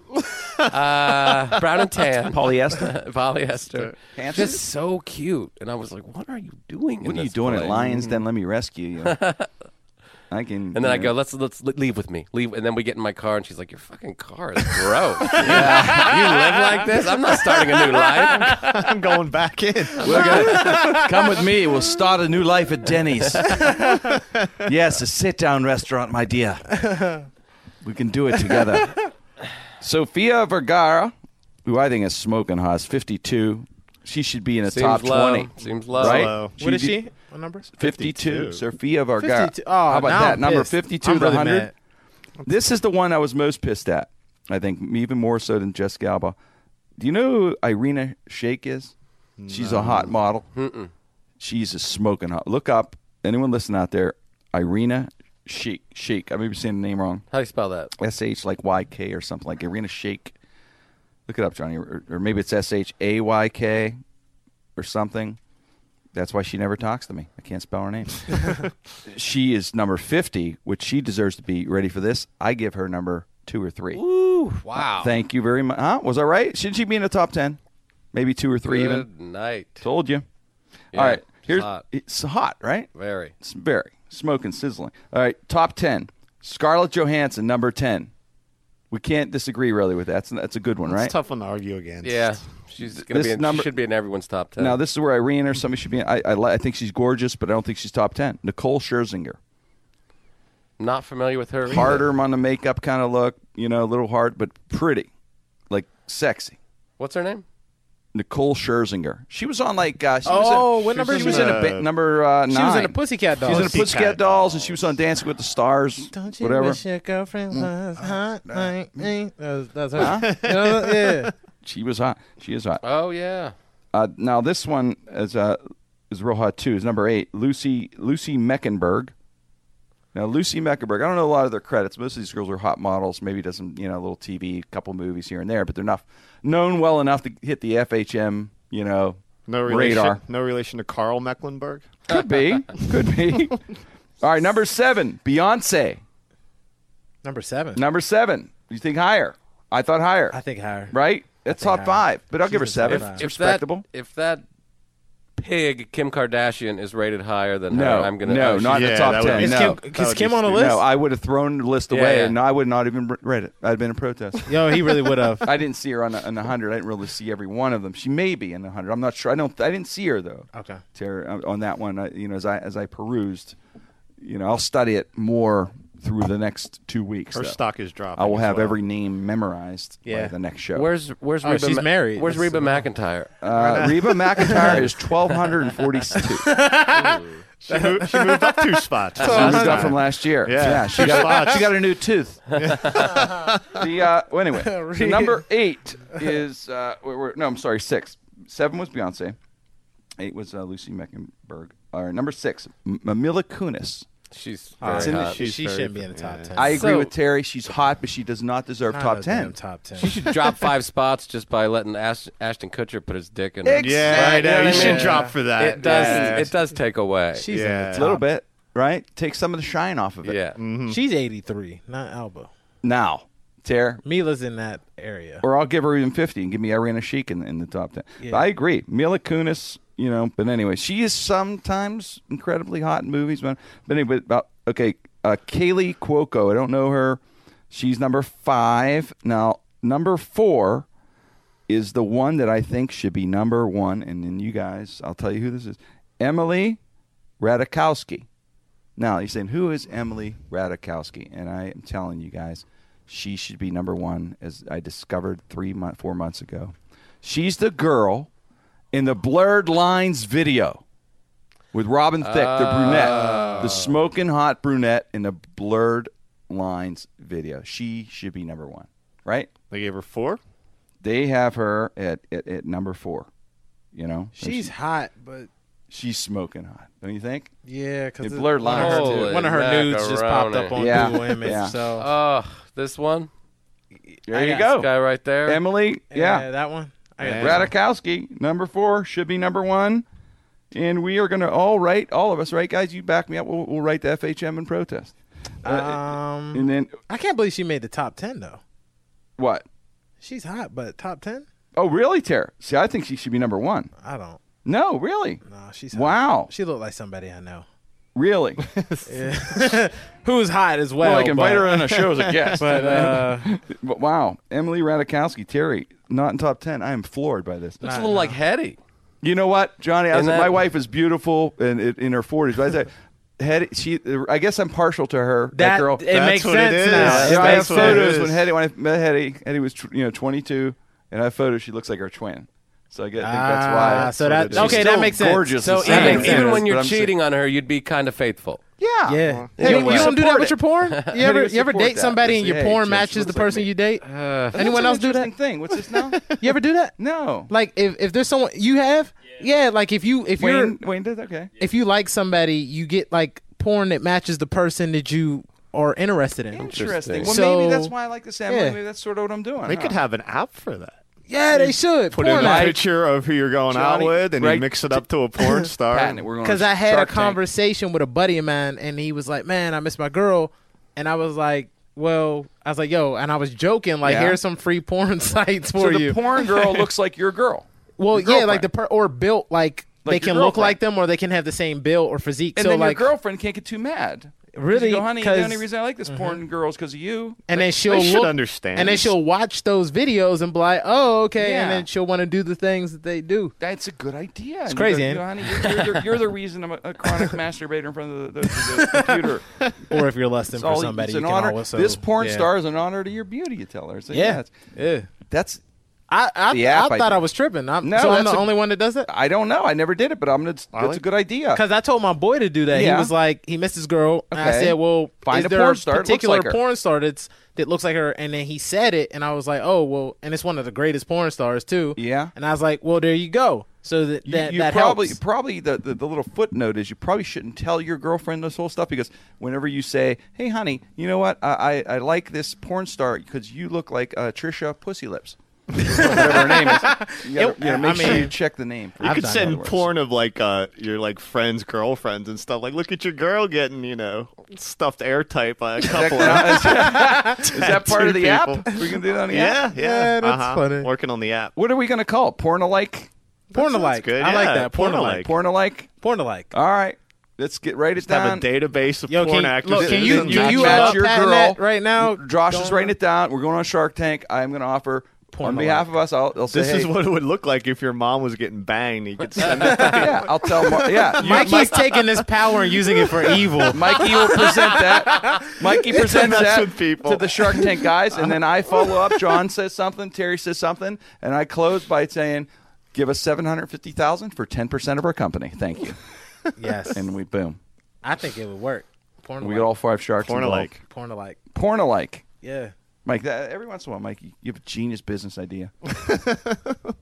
uh, brown and tan,
Polyester.
polyester,
Pants?
just so cute. And I was like, "What are you doing? in
what are you
this
doing at
place?
Lions? Then let me rescue you. I can.
And then I
you
go,
know.
let's let's le- leave with me. Leave, and then we get in my car, and she's like, "Your fucking car is gross. You live like this? I'm not starting a new life.
I'm going back in.
We're gonna, come with me. We'll start a new life at Denny's. yes, a sit-down restaurant, my dear. We can do it together. Sofia Vergara, who I think is smoking hot, is 52. She should be in the
Seems
top
low.
20.
Seems low.
Right?
Low.
What is
did-
she? What number?
52. Sofia Vergara.
52. Oh,
How about
now
that?
I'm
Number
pissed.
52
I'm
to
really
100.
mad.
This is the one I was most pissed at, I think, even more so than Jessica Alba. Do you know who Irina Shayk is? She's a hot model. She's a smoking hot. Look up, anyone listening out there, Irina Shayk. Shayk. I may be saying the name wrong.
How do you spell that?
S H like Y K or something like Irina Shayk. Look it up, Johnny, or, or maybe it's S H A Y K or something. That's why she never talks to me. I can't spell her name. she is number fifty, which she deserves to be. Ready for this? I give her number two or three. Uh,
Wow.
Thank you very much. Huh? Was I right? Shouldn't she be in the top ten? Maybe two or three even.
Good night.
Told you.
Yeah,
All right.
it's
Here's
hot.
it's hot, right?
Very.
It's very smoking, sizzling. All right, top ten. Scarlett Johansson, number ten. We can't disagree really with that. That's, that's a good one, right?
It's a tough one to argue against.
Yeah, she's gonna
This
be. In,
number-
she should be in everyone's top ten.
Now this is where Irene or somebody should be. I, I li- I think she's gorgeous, but I don't think she's top ten. Nicole Scherzinger,
not familiar with her. either.
harder on the makeup kind of look, you know, a little hard, but pretty, like sexy.
What's her name?
Nicole Scherzinger. She was on like uh, she
Oh,
was in,
what
she
number
was,
is
in,
she in?
a ba- number uh, nine.
She was in a Pussycat
She was
doll.
in a
Pussycat
Pussycat Dolls,
Dolls.
and she was on Dancing with the Stars.
Don't you
whatever. Mm. Ah,
wish your girlfriend was hot like me? That was- That's her. You know, yeah.
She was hot. She is hot.
Oh yeah,
Uh, now this one is uh, is real hot too. Is number eight Lucy Lucy Meckenberg. Now Lucy Meckenberg, I don't know a lot of their credits. Most of these girls are hot models. Maybe does some you know a little TV, couple movies here and there, but they're not known well enough to hit the FHM you know
No relation.
radar.
No relation to Carl Mecklenburg.
Could be, could be. All right, number seven Beyonce.
Number seven.
Number seven, you think higher? I thought higher.
I think higher.
right. That's top
higher.
five, but I'll give her
She's a
seven.
top five.
It's
if
respectable.
That, if that pig Kim Kardashian is rated higher than
no,
her, I'm gonna.
no,
oh,
not in
Yeah,
the top
that would
ten.
be-
Is
no.
Kim,
That
is
would
Kim
be
on the
stupid.
list?
No, I would have thrown the list
Yeah,
away,
yeah.
and I would not even read it. I'd been in protest.
Yo, he really would have.
I didn't see her on the, on the hundred. I didn't really see every one of them. She may be in the hundred. I'm not sure. I don't. I didn't see her though.
Okay.
Tara, uh, on- on that one, I, you know, as I as I perused, you know, I'll study it more through the next two weeks.
Her
though.
stock is dropping.
I will
as
have
well.
every name memorized by
Yeah.
the next show.
Where's Where's
Oh,
Reba
she's
Ma-
married.
Where's
That's-
Reba McIntyre?
uh, Reba McIntyre is twelve hundred and forty-two.
She moved, she moved up two spots.
She moved up from last year.
Yeah.
she got she got a new tooth. the uh, well, anyway, so number eight is uh, we're, we're- no, I'm sorry, six, seven was Beyonce, eight was uh, Lucy Meckenberg. All right, number six, M- Mila Kunis.
She's
All
very
right.
hot.
she
She's very
shouldn't be in
good.
the top ten.
I agree
So-
with Terry. She's hot, but she does not deserve
Not
top
a
ten.
damn Top ten.
She should drop five spots just by letting Ash- Ashton Kutcher put his dick in it.
Ex-
Yeah, I
Right,
know.
yeah,
You
yeah.
should drop for that.
It does.
Yeah.
It does take away.
She's
Yeah.
in the
A
top.
little bit, right? Take some of the shine off of it.
yeah.
She's eighty three, not Alba.
Now, Terry,
Mila's in that area.
or I'll give her even 50 and give me Irina Sheik in, in the top 10.
Yeah.
But I agree. Mila Kunis, you know, but anyway, she is sometimes incredibly hot in movies. But, but anyway, about, okay, uh, Kaylee Cuoco, I don't know her. She's number five. Now, number four is the one that I think should be number one. And then you guys, I'll tell you who this is Emily Radikowski. Now you're saying who is Emily Radikowski? And I am telling you guys, she should be number one, as I discovered three month, four months ago. She's the girl in the Blurred Lines video with Robin Thicke, the brunette,
Oh.
the smoking hot brunette in the Blurred Lines video. She should be number one, right?
They gave her four.
They have her at at, at number four. You know,
She's hot, but
she's smoking hot. Don't you think?
Yeah, because
It blurred
one of her,
lines.
Oh, one of her
Holy
nudes just popped up
macaroni.
on
Yeah.
Google Image.
Yeah. Uh,
So
Oh, this one,
There
I
you
got
go,
this guy right there.
Emily. Yeah,
that one. I got that.
Radikowski, number four, should be number one. And we are going to all write, all of us, right, guys? You back me up. We'll, we'll write the FHM in protest.
Um,
And then
I can't believe she made the top ten though.
what?
She's hot, but top ten?
Oh, really, Tara? See, I think she should be number one.
I don't.
No, really?
No, she's hot.
Wow.
She looked like somebody I know.
Really?
Who's hot as well?
well, I can invite
but-
her on a show as a guest.
But uh,
But wow, Emily Radikowski, Terry, not in top ten. I am floored by this.
Looks a little like Hetty.
You know what, Johnny? I was,
And that-
my wife is beautiful and in, in her forties. But I said, Hetty, she, I guess I'm partial to her. That,
that,
girl.
it makes
what it
sense
is.
now.
Yeah,
It
Yeah, I have
makes
what it
photos
is.
when Hetty when I met Hetty. Hetty was tw- you know 22, and I have photos. She looks like her twin. So I guess I think that's why.
Ah,
that's
so
what
that
it is.
okay,
She's
that
still
makes sense.
Gorgeous. and
So even-
stunning,
Even,
makes sense.
even when
but
you're
I'm saying-
cheating on her, you'd be kind of faithful.
yeah,
Yeah.
Hey,
you,
we
you don't do that
support
with
it.
your porn? You ever
we
you ever
support
date
that.
somebody
We
and
say,
your
"Hey,
porn
she
matches
looks
the
like
person
me." Uh,
you date? Anyone
That's an
else do that?
interesting Thing. What's this now?
You ever do that?
no.
Like if, if there's someone you have, yeah. Like if you if you're
Wayne, Wayne did okay.
if you like somebody, you get like porn that matches the person that you are interested in.
Interesting. Well,
Interesting.
maybe
So-
that's why I like the Sam.
Yeah.
Maybe that's sort of what I'm doing.
They
huh?
could have an app for that.
Yeah, they should.
Put
porn
in a
app.
picture of who you're going
Johnny,
out with, and
right
you mix it up to a porn star.
Patent it. We're going
Because I had a
Shark Tank.
conversation with a buddy of mine, and he was like, "Man, I miss my girl," and I was like, "Well," I was like, "Yo," and I was joking, like,
Yeah.
"Here's some free porn sites
So
for
the
you."
porn girl looks like your girl.
well,
your
yeah, like the
girlfriend.
per- or built like,
Like
they
your
can look
girlfriend.
like them, or they can have the same build or physique.
And
so
then
like,
your girlfriend can't get too mad. 'Cause you
Really?
go, honey, the
'Cause- Mm-hmm.
only reason I like this porn girl is because of you.
and then she'll
should
look,
understand.
and then she'll watch those videos and be like, "Oh, okay,"
Yeah.
and then she'll want to do the things that they do.
That's a good idea. It's
crazy,
You
ain't
go,
it?
honey, you're, you're, you're, you're the reason I'm a, a chronic masturbator in front of the, the, the computer.
Or if you're less than
It's
for
all-
somebody,
it's
you
an
can
honor.
also
this porn
yeah.
star is an honor to your beauty. You tell her. So,
Yeah,
it's-
yeah.
that's.
I I,
The app
I
I
thought I,
did.
was tripping. I'm,
No,
so I'm
that's
the
a-
only one that does that.
I don't know. I never did it, but I'm. That's, that's a good idea.
Because I told my boy to do that.
Yeah.
He was like, he missed his girl. And I
Okay.
said, well,
Find
is
a
there
porn
a
star that looks
particular
like her.
porn star that's, that looks like her? And then he said it, and I was like, oh, well, and it's one of the greatest porn stars, too.
Yeah.
And I was like, well, there you go. So that, that,
you
that
probably
helps.
probably the, the, the little footnote is you probably shouldn't tell your girlfriend this whole stuff because whenever you say, "Hey, honey, you know what? I I, I like this porn star because you look like uh, Trisha Pussy Lips." Whatever her name is, you gotta,
It-
you gotta make
I mean,
sure you check the name.
You could
done
send
otherwise.
porn of like uh, your like friends, girlfriends, and stuff. Like, look at your girl getting you know stuffed airtight by a couple. of
is, that- is that part of the
Tattoo
app? We can do it on the
Yeah, yeah,
app.
Yeah, that's
uh-huh.
funny.
Working on the app.
What are we gonna call it? porn alike?
porn
sounds
alike.
good.
I like
Yeah,
that. Porn alike.
porn-alike.
Porn alike?
Porn alike.
All right, let's get right it down.
Have a database of
Yo,
porn
can,
actors.
look, can you,
Match
you, you
your
love patent
girl.
that right now?
Josh is
Don't-
writing it down. We're going on Shark Tank. I'm going to offer on
alike.
behalf of us. I'll, I'll say
This is
hey,
what it would look like if your mom was getting banged. You could
Uh,
send it.
yeah, I'll tell. Mar- yeah, you-
Mikey's taking this power and using it for evil.
Mikey will present that. Mikey presents
mess
that
with people.
to the Shark Tank guys, and then I follow up. John says something. Terry says something, and I close by saying, "Give us seven hundred fifty thousand for ten percent of our company. Thank you."
yes.
And we boom.
I think it would work. Porn
We
alike.
got all five sharks.
Porn
involved.
alike.
porn alike.
Porn alike.
Yeah.
Mike, that, every once in a while, Mike, you you have a genius business idea.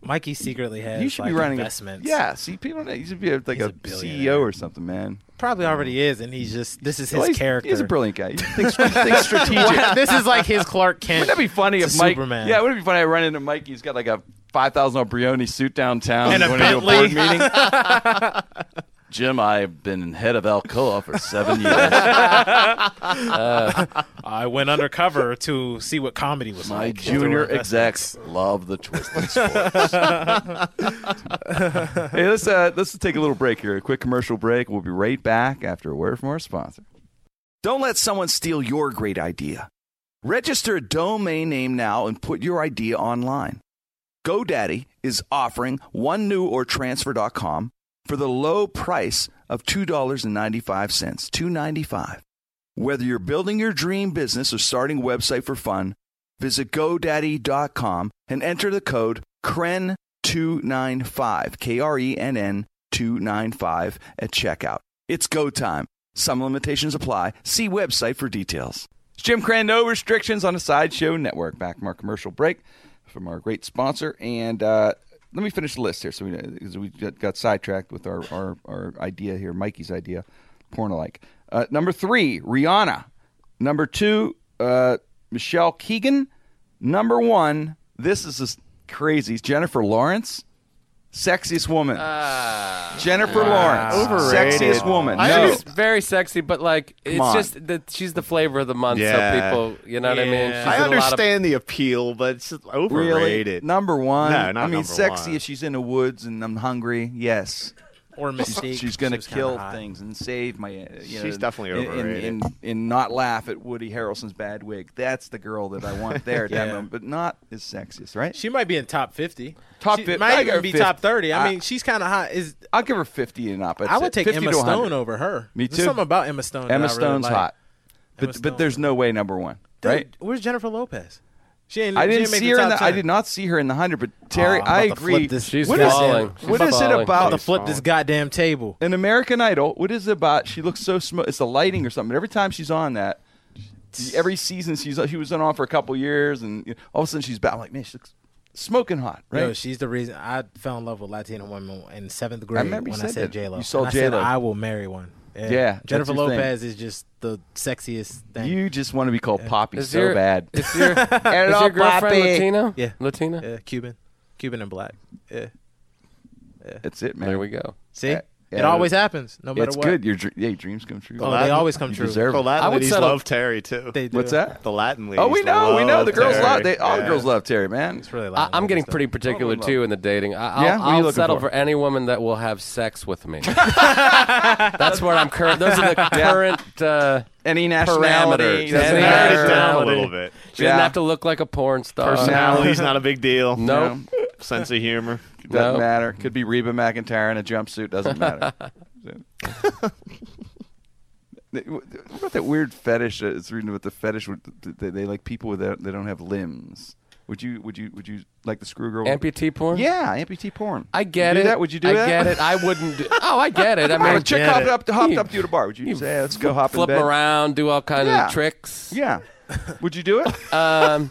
Mikey secretly has
You should
like,
be running
investments.
A, yeah, see, people, you should be a- like
He's
a,
a billionaire.
CEO or something, man.
probably already is, and he's just this is his
Well, he's,
character.
He's a brilliant guy. He thinks, thinks strategic.
Wow, this is like his Clark Kent.
Wouldn't that be funny
It's
if
a
Mike?
Superman.
Yeah, wouldn't it be funny? I run into Mike. He's got like a five thousand dollar Brioni suit downtown.
And a
We're gonna do
Bentley.
board meeting. Jim, I've been head of Alcoa for seven years.
I went undercover to see what comedy was
My
like.
junior
Through
execs love the twisted sports. hey, let's uh, let's take a little break here. A quick commercial break. We'll be right back after a word from our sponsor. Don't let someone steal your great idea. Register a domain name now and put your idea online. GoDaddy is offering one new or transfer.com for the low price of $2.95, $2.95. Whether you're building your dream business or starting a website for fun, visit godaddy.com and enter the code KREN295, K R E N N 295 at checkout. It's go time. Some limitations apply. See website for details. It's Jim Cran, no restrictions on the Sideshow Network. Back from our commercial break from our great sponsor. And uh, let me finish the list here. So we because we got, got sidetracked with our, our our idea here, Mikey's idea, porn alike. Uh, number three, Rihanna. Number two, uh, Michelle Keegan. Number one, this is just crazy. Jennifer Lawrence, sexiest woman. Jennifer Lawrence,
Overrated.
sexiest woman.
I
no,
She's very sexy, but like it's
on.
just that she's the flavor of the month.
Yeah.
So people, you know what I mean?
Yeah.
She's
I
in a lot of-
understand the appeal, but it's just
really,
overrated.
number one.
No, not
I mean,
number
sexy
one.
if she's in the woods and I'm hungry. Yes.
or Mystique.
She's going to
She was kinda
kill
hot.
things and save my. uh, You know,
She's definitely
and- and-
overrated.
And, and, not laugh at Woody Harrelson's bad wig. That's the girl that I want there at that
Yeah.
moment, but not as sexiest, right?
She might be in top fifty.
Top
She
fif- I
Might
give her
even be
50.
top thirty. I
I-
mean, she's kind of hot. Is
I'll give her 50 and up. I'd
I
say
would take
50
Emma
to
Stone
100.
over her.
Me
There's
too.
something about Emma Stone. that I
Emma
really
Stone's
like.
hot. But,
Emma
but
Stone.
there's no way number one,
Dude,
right?
Where's Jennifer Lopez? She ain't.
I
she
didn't
ain't make
see her. In
top
the, I
10.
did not see her in the hundred. But Terry,
Oh, I'm about
I
to flip
agree.
this-
She's
What is-
falling.
what
She's
is it
falling.
about
About to flip this
Oh.
goddamn table.
an American Idol? What is it about? She looks so smooth. It's the lighting or something. Every time she's on that, every season she's she was on for a couple years, and you know, all of a sudden she's back. I'm like, man, she looks smoking hot, right?
Yo, she's the reason I fell in love with Latino women in seventh grade
remember you
when I
said
said
that.
J Lo.
You saw
I said
J.Lo.
I will marry one. Yeah,
Yeah, that's
Jennifer
your thing.
Lopez is just the sexiest thing.
you just want to be called Poppy
Is
so
your-
bad.
Is your, is
Hello,
your girlfriend
Poppy.
Latino?
Yeah.
Latina.
yeah, Cuban, Cuban and black. Yeah,
That's it, man.
There we go.
see,
Yeah,
it
yeah.
always happens, no matter
It's
what.
good. Your dr- yeah, your dreams come true.
Oh, they always come
you
true.
Deserve
The
it.
Latin
I would
ladies
settle-
love Terry too.
They do.
What's that?
the Latin ladies.
Oh, we know, we know. The girls
Terry.
love. They, all the
Yeah.
girls love Terry, man.
It's really
I,
like
I'm getting pretty particular
love.
too in the dating. I, I'll,
Yeah? What are you
I'll
looking
settle
for?
for? any woman that will have sex with me. That's what I'm current. Those are the current. Uh,
Any nationality,
Parameters.
doesn't
Any
They
matter.
narrowed it
nationality.
down a little bit.
she doesn't
Yeah.
have to look like a porn
Uh,
star.
Personality's not a big deal.
No.
sense of humor.
Doesn't
No.
matter. Could be Reba McIntyre in a jumpsuit. Doesn't matter. what about that weird fetish? Uh, it's reading about the fetish. Where th- they, they like people without they don't have limbs. Would you? Would you? Would you like the screw girl?
Amputee porn.
Yeah, amputee porn.
I
Would
get
you
it.
do that? Would you do
I
that?
get it. I wouldn't. Do, oh, I get it. I
I mean,
mean,
a chick
get
hopped
it.
up, hopped
You-
up to you at a bar. Would you,
you
say, "Let's go hop
flip
in bed"?
around, do all kinds
Yeah.
of tricks.
Yeah. Would you do it?
Um,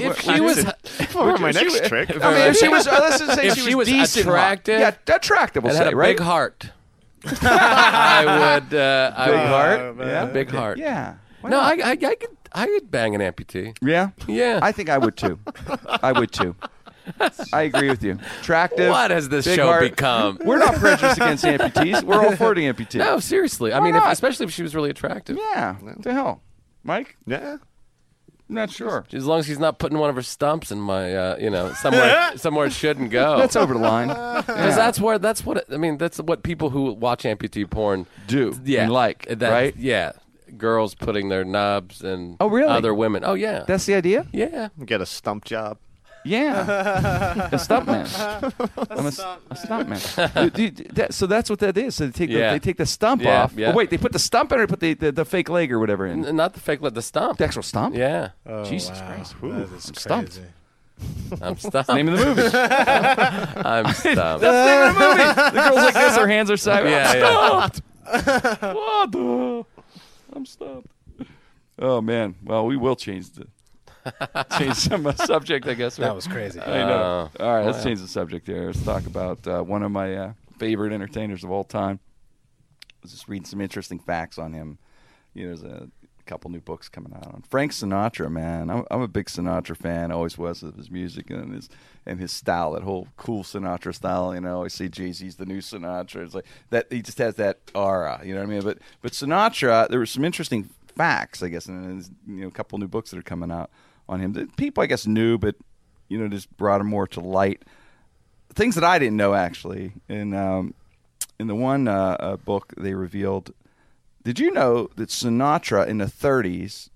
if she was, and
For my next trick.
I mean, if she was, uh, let's just say
If
she,
she
was,
was
decent, hot.
attractive
yeah, attractive. We'll
had
say,
a
right?
big heart, I would. Uh, I
Big
would,
heart. Yeah,
A big heart.
Yeah. Why
No,
not?
I, I, I could, I could bang an amputee.
Yeah.
Yeah.
I think I would too. I would too. I agree with you. Attractive.
What has this
big
show
heart.
become?
We're not prejudiced against amputees. We're all for the amputee.
No, seriously. I mean, if,
not?
especially if she was really attractive.
Yeah. What the hell, Mike?
Yeah.
Not sure.
As long as she's not putting one of her stumps in my, uh, you know, somewhere, somewhere it shouldn't go.
That's over the line.
Because that's where that's what I mean. That's what people who watch amputee porn
Do
Yeah,
and like,
that,
right?
Yeah, girls putting their nubs and
Oh, really?
other women. Oh yeah,
That's the idea.
yeah.
Get a stump job.
Yeah, a stunt man. I'm a, stunt a stunt man. Dude, dude, that- so that's what that is. So they take
Yeah.
the, they take the stump
Yeah,
off.
yeah.
Oh, wait, they put the stump in, or they put the, the, the fake leg or whatever in.
N- Not the fake, let the stump.
The actual stump.
Yeah, Oh,
Jesus
wow.
Christ.
That is
stumped.
crazy.
I'm stumped.
Name of the movie. That's
I'm stumped.
the name of the movie. The girls like this. Their hands are sideways.
Yeah,
I'm
yeah.
stumped. what the? I'm stumped. Oh man. Well, we will change the change some uh, subject, I guess.
That
right?
was crazy.
I
Uh,
know. all
oh,
right, let's change the subject here. Let's talk about uh, one of my uh, favorite entertainers of all time. I was just reading some interesting facts on him. You know, there's a couple new books coming out on Frank Sinatra. Man, I'm, I'm a big Sinatra fan. Always was of his music and his and his style. That whole cool Sinatra style. You know, I always see Jay Z's the new Sinatra. It's like that. He just has that aura. You know what I mean? But but Sinatra, there were some interesting facts, I guess, and there's you know a couple new books that are coming out on him that people I guess knew, but you know just brought him more to light things that I didn't know actually. In um, in the one uh, uh, book, they revealed. Did you know that Sinatra in the 30s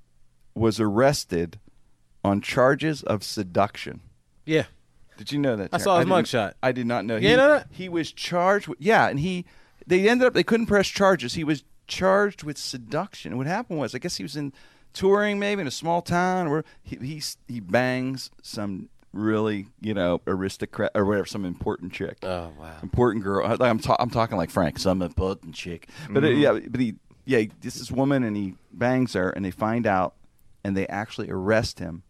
was arrested on charges of seduction?
Yeah,
Did you know that?
I
Terry?
saw his
didn't-
mugshot.
I did not know.
You
he,
know that?
he was charged with yeah, and he they ended up they couldn't press charges. He was charged with seduction. And what happened was, I guess he was in touring maybe in a small town where he he, s- he bangs some really you know aristocrat or whatever some important chick.
Oh wow.
Important girl. Like I'm, ta- I'm talking like Frank, some important chick. But uh,
Mm-hmm.
yeah, but he, yeah, he- this is woman, and he bangs her, and they find out, and they actually arrest him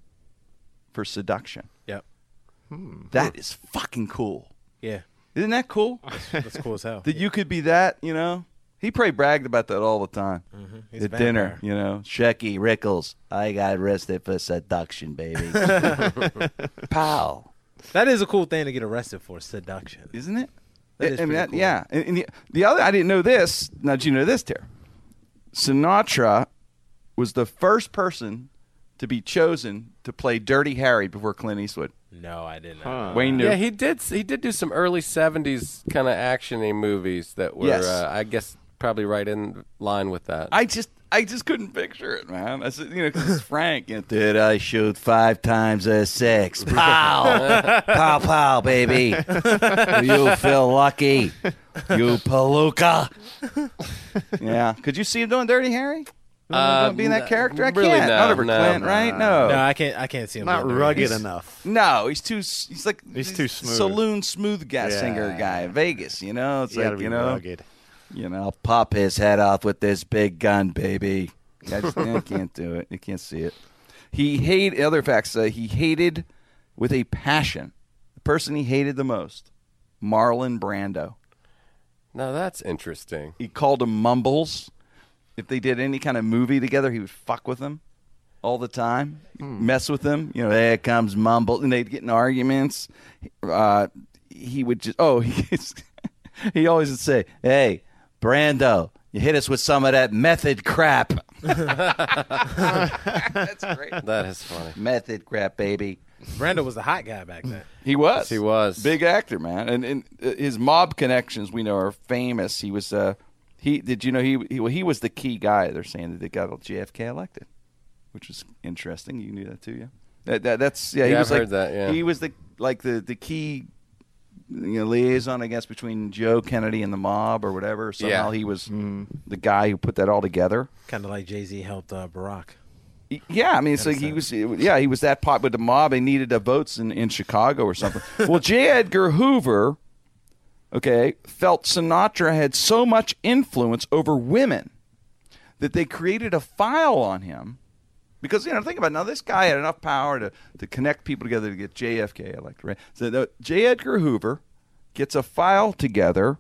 for seduction.
yep.
That is fucking cool.
Yeah,
Isn't that cool?
that's cool as hell.
that you could be that, you know? He probably bragged about that all the time.
Mm-hmm. He's a
At dinner,
vampire.
you know, Shecky Rickles, I got arrested for seduction, baby. Pow.
That is a cool thing to get arrested for seduction.
Isn't it?
That
I-
is
I mean,
pretty
that-
cool.
Yeah. And, and the, the other, I didn't know this. Now, do you know this, Tara? Sinatra was the first person to be chosen to play Dirty Harry before Clint Eastwood.
No, I didn't.
Wayne knew.
Yeah, he did. He did do some early '70s kind of actiony movies that were,
Yes.
uh, I guess, probably right in line with that.
I just I just couldn't picture it, man. I said, you know, 'cause it's Frank. And, Did I shoot five times a six? Pow, pow, pow, baby. you feel lucky, you palooka. yeah. Could you see him doing Dirty Harry?
Uh,
being that
n-
character, I
really
can't.
no,
Not over
no,
Clint,
no.
right? No.
No,
no.
I can't. I can't see him.
Not
doing that.
rugged
He's-
enough.
he's too. s- He's like
He's too smooth.
Saloon smooth guy
Yeah.
singer guy, Vegas. You know, it's
You gotta
like
be
you know,
rugged.
you know, I'll pop his head off with this big gun, baby. I, just, I can't do it. You can't see it. He hate other facts. Uh, he hated with a passion the person he hated the most, Marlon Brando.
Now that's interesting.
He called him Mumbles. If they did any kind of movie together, he would fuck with them all the time, mess with them. You know, there comes Mumbles, and they'd get in arguments. Uh, he would just, oh, he's, he always would say, "Hey, Brando, you hit us with some of that method crap,
That is funny.
method crap, baby."
Brando was the hot guy back then.
He was.
He was.
big actor, man, and, and uh, his mob connections we know are famous. He was. Uh, he did you know he he, well, he was the key guy. They're saying that they got JFK elected, which was interesting. You knew that too, yeah. That, that that's yeah. he
Yeah,
was
I've
like
heard that, yeah.
he was the like the the key. You know, liaison, I guess, between Joe Kennedy and the mob or whatever. Somehow he was
Mm-hmm.
the guy who put that all together.
Kind of like Jay Z helped uh, Barack.
Yeah, I mean, so he was. Yeah, he was that pot with the mob. They needed the votes in, in Chicago or something. well, J. Edgar Hoover, okay, felt Sinatra had so much influence over women that they created a file on him because you know think about it, now this guy had enough power to, to connect people together to get JFK elected. Right? So the, J. Edgar Hoover gets a file together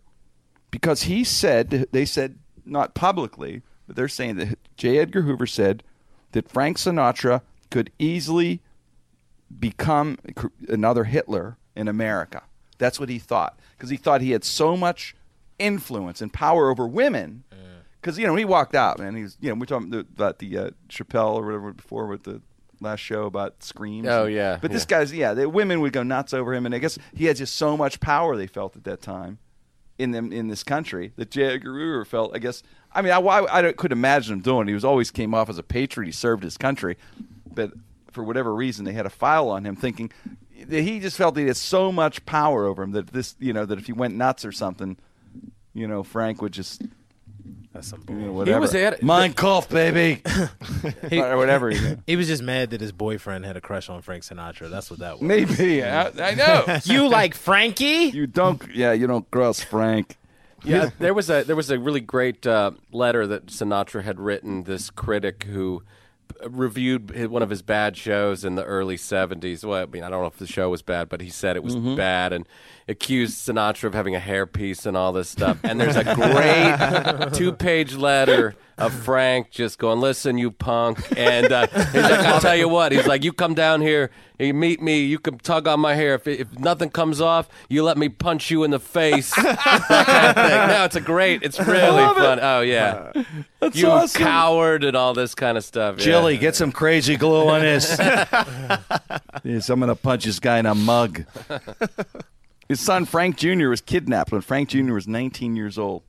because he said they said not publicly, but they're saying that J. Edgar Hoover said that Frank Sinatra could easily become cr- another Hitler in America. That's what he thought because he thought he had so much influence and power over women. Because you know he walked out, man. He was, you know, we're talking th- about the uh, Chappelle or whatever before with the last show about screams.
Oh, yeah,
But this
yeah.
guy's yeah, the women would go nuts over him, and I guess he had just so much power they felt at that time in them in this country that J. Edgar Hoover felt. I guess I mean I why I don't- could imagine him doing. it. He was always came off as a patriot. He served his country, but for whatever reason they had a file on him, thinking that he just felt he had so much power over him that this you know that if he went nuts or something, you know Frank would just
That's some
you
bull.
know whatever.
was at-
Mein Kampf, baby, or whatever. you know.
He was just mad that his boyfriend had a crush on Frank Sinatra. That's what that was.
Maybe I, I know
you like Frankie?
you don't. Yeah, you don't cross Frank.
Yeah, there was a there was a really great uh, letter that Sinatra had written. This critic who uh, reviewed hi- one of his bad shows in the early '70s. Well, I mean, I don't know if the show was bad, but he said it was bad and accused Sinatra of having a hairpiece and all this stuff. And there's a great two-page letter of Frank just going, "Listen, you punk," and uh, he's like, "I'll tell you what." He's like, "You come down here, you meet me, you can tug on my hair. If, if nothing comes off, you let me punch you in the face." that kind of thing. No, it's a great. It's really fun. Oh yeah, you
awesome.
coward and all this kind of stuff. yeah.
Jilly, get some crazy glue on this. yes, I'm gonna punch this guy in a mug. His son Frank Jr. was kidnapped when Frank Jr. was 19 years old.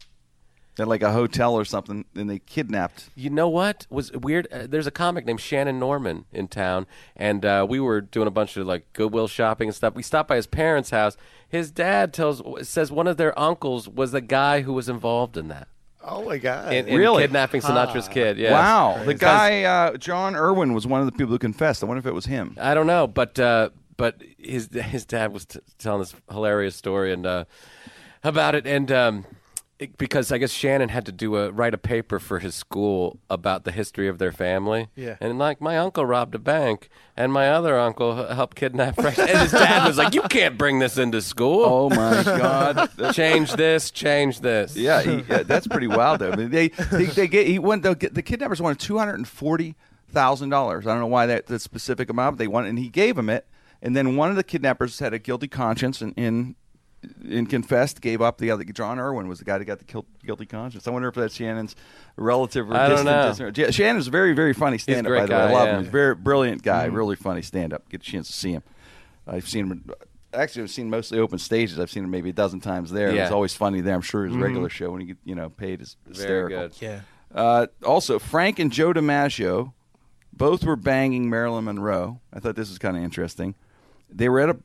At like a hotel or something, and they kidnapped.
You know what was weird? Uh, there's a comic named Shannon Norman in town, and uh, we were doing a bunch of like Goodwill shopping and stuff. We stopped by his parents' house. His dad tells says one of their uncles was the guy who was involved in that
Oh my god!
in, in
Really? Ah.
kidnapping Sinatra's kid. Yeah.
Wow, the guy uh, John Irwin was one of the people who confessed. I wonder if it was him.
I don't know, but uh, but his his dad was t- telling this hilarious story and uh, about it, and um, it- because I guess Shannon had to do a write a paper for his school about the history of their family.
Yeah.
and like my uncle robbed a bank, and my other uncle h- helped kidnap Frank. And his dad was like, "You can't bring this into school.
Oh my God!
Change this. Change this."
Oh. Yeah, he, yeah, that's pretty wild. Though I mean, they, they they get he won the, the kidnappers wanted two hundred and forty thousand dollars. I don't know why that the specific amount but they wanted, and he gave him it. And then one of the kidnappers had a guilty conscience and and, and confessed, gave up. The other John Irwin was the guy that got the guil- guilty conscience. I wonder if that's Shannon's relative or
I don't
distant.
know.
distant- Yeah, Shannon's a very very funny stand up.
great
By the way, I
guy,
love
yeah.
him. He's a very brilliant guy.
Mm-hmm.
Really funny stand up. Get a chance to see him. I've seen him. Actually, I've seen mostly open stages. I've seen him maybe a dozen times there. It's
Yeah. Mm-hmm.
always funny there. I'm sure his regular show when he get you know paid is
very
hysterical.
good.
Yeah.
Uh, also, Frank and Joe DiMaggio both were banging Marilyn Monroe. I thought this was kind of interesting. They were at a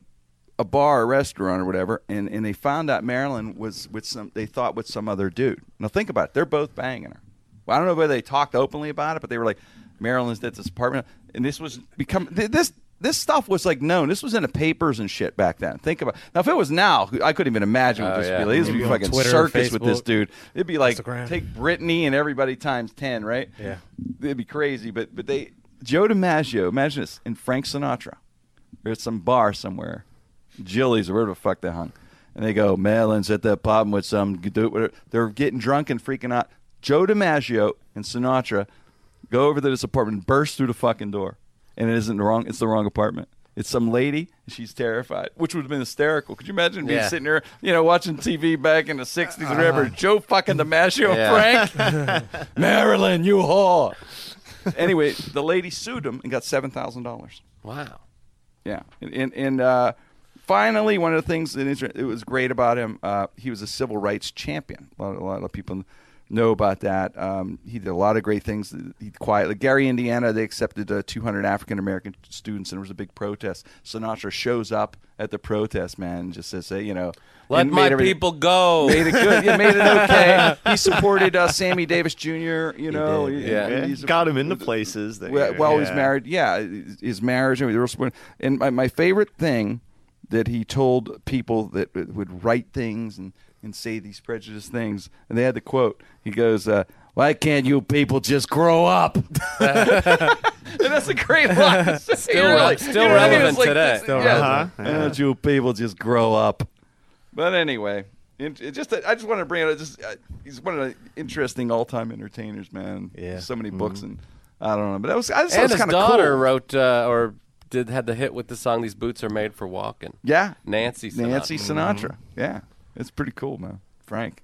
a bar, a restaurant, or whatever, and, and they found out Marilyn was with some. They thought with some other dude. Now think about it. They're both banging her. Well, I don't know whether they talked openly about it, but they were like, "Marilyn's at this apartment," and this was become th- this. This stuff was like known. This was in the papers and shit back then. Think about now. If it was now, who- I couldn't even imagine what
Oh,
this would
yeah.
be. like. This would
Maybe
be
on
fucking
Twitter,
circus with this
Facebook.
dude. It'd be like
Instagram.
take Brittany and everybody times ten, right?
Yeah.
it'd be crazy. But but they Joe DiMaggio, imagine this, and Frank Sinatra, they're at some bar somewhere, Jilly's or wherever the fuck they hung, and they go, Marilyn's at that problem with some. dude," whatever." They're getting drunk and freaking out. Joe DiMaggio and Sinatra go over to this apartment, and burst through the fucking door, and it isn't the wrong. It's the wrong apartment. It's some lady. and She's terrified, which would have been hysterical. Could you imagine being
Yeah. Uh-huh.
sitting there, you know, watching TV back in the '60s or whatever? Joe fucking DiMaggio and
Yeah.
Frank. Marilyn, you whore. anyway, the lady sued him and got seven thousand dollars.
Wow.
Yeah, and and, and uh, finally, one of the things that inter- it was great about him, uh, he was a civil rights champion. A lot, a lot of people know about that. Um, he did a lot of great things. He quietly Gary, Indiana, they accepted uh, 200 African American students, and there was a big protest. Sinatra shows up at the protest, man, and just says, hey, you know,
Let
and made
my
everything-
people go.
Made it good. Yeah, made it okay. He supported uh, Sammy Davis Jr. You know, He-
yeah.
he-
Yeah,
he's a-
got him into places. That
well, well he's
yeah.
married. Yeah, his marriage and the real support. And my, my favorite thing that he told people that would write things and, and say these prejudiced things, and they had the quote. He goes, uh, "Why can't you people just grow up?" and that's a great line. Still,
re- still relevant today. Still
relevant.
Why don't you people just grow up? Uh-huh. But anyway. It it just, I just want to bring it. up, Just, uh, he's one of the interesting all-time entertainers, man.
Yeah.
So many books, and I don't know. But that was, I just
And
thought it was
his
kind of
daughter
cool.
wrote uh, or did had the hit with the song "These Boots Are Made for Walking."
Yeah.
Nancy Sinatra.
Nancy Sinatra. Yeah. It's pretty cool, man. Frank.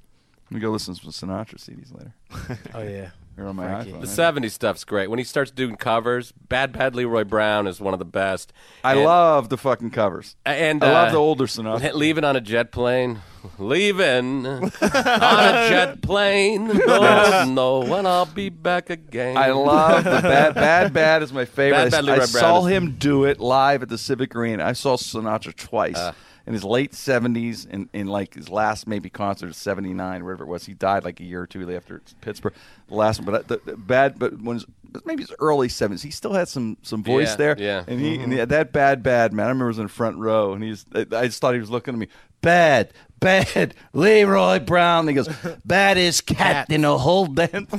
Let me go listen to some Sinatra CDs later.
Oh yeah.
They're on my
Frankie.
iPhone.
The 70s stuff's great. When he starts doing covers, Bad Bad Leroy Brown is one of the best.
I
And-
love the fucking covers.
and
I love
uh,
the older Sinatra.
Leaving on a jet plane. Leaving on a jet plane. No, no, when I'll be back again.
I love the bad, bad, bad is my favorite.
Bad Bad
I,
Leroy
I
Brown
saw
is-
him do it live at the Civic Arena. I saw Sinatra twice
Uh.
in his late seventies, in, in like his last maybe concert, seventy nine, whatever it was. He died like a year or two after Pittsburgh, the last one. But I- the, the bad, but when his, maybe his early seventies, he still had some some voice
Yeah,
there.
yeah.
and he and he- that bad, bad man. I remember I was in front row, and he's. I, I just thought he was looking at me. Bad, bad, Leroy Brown. And he goes, baddest cat in the whole damn.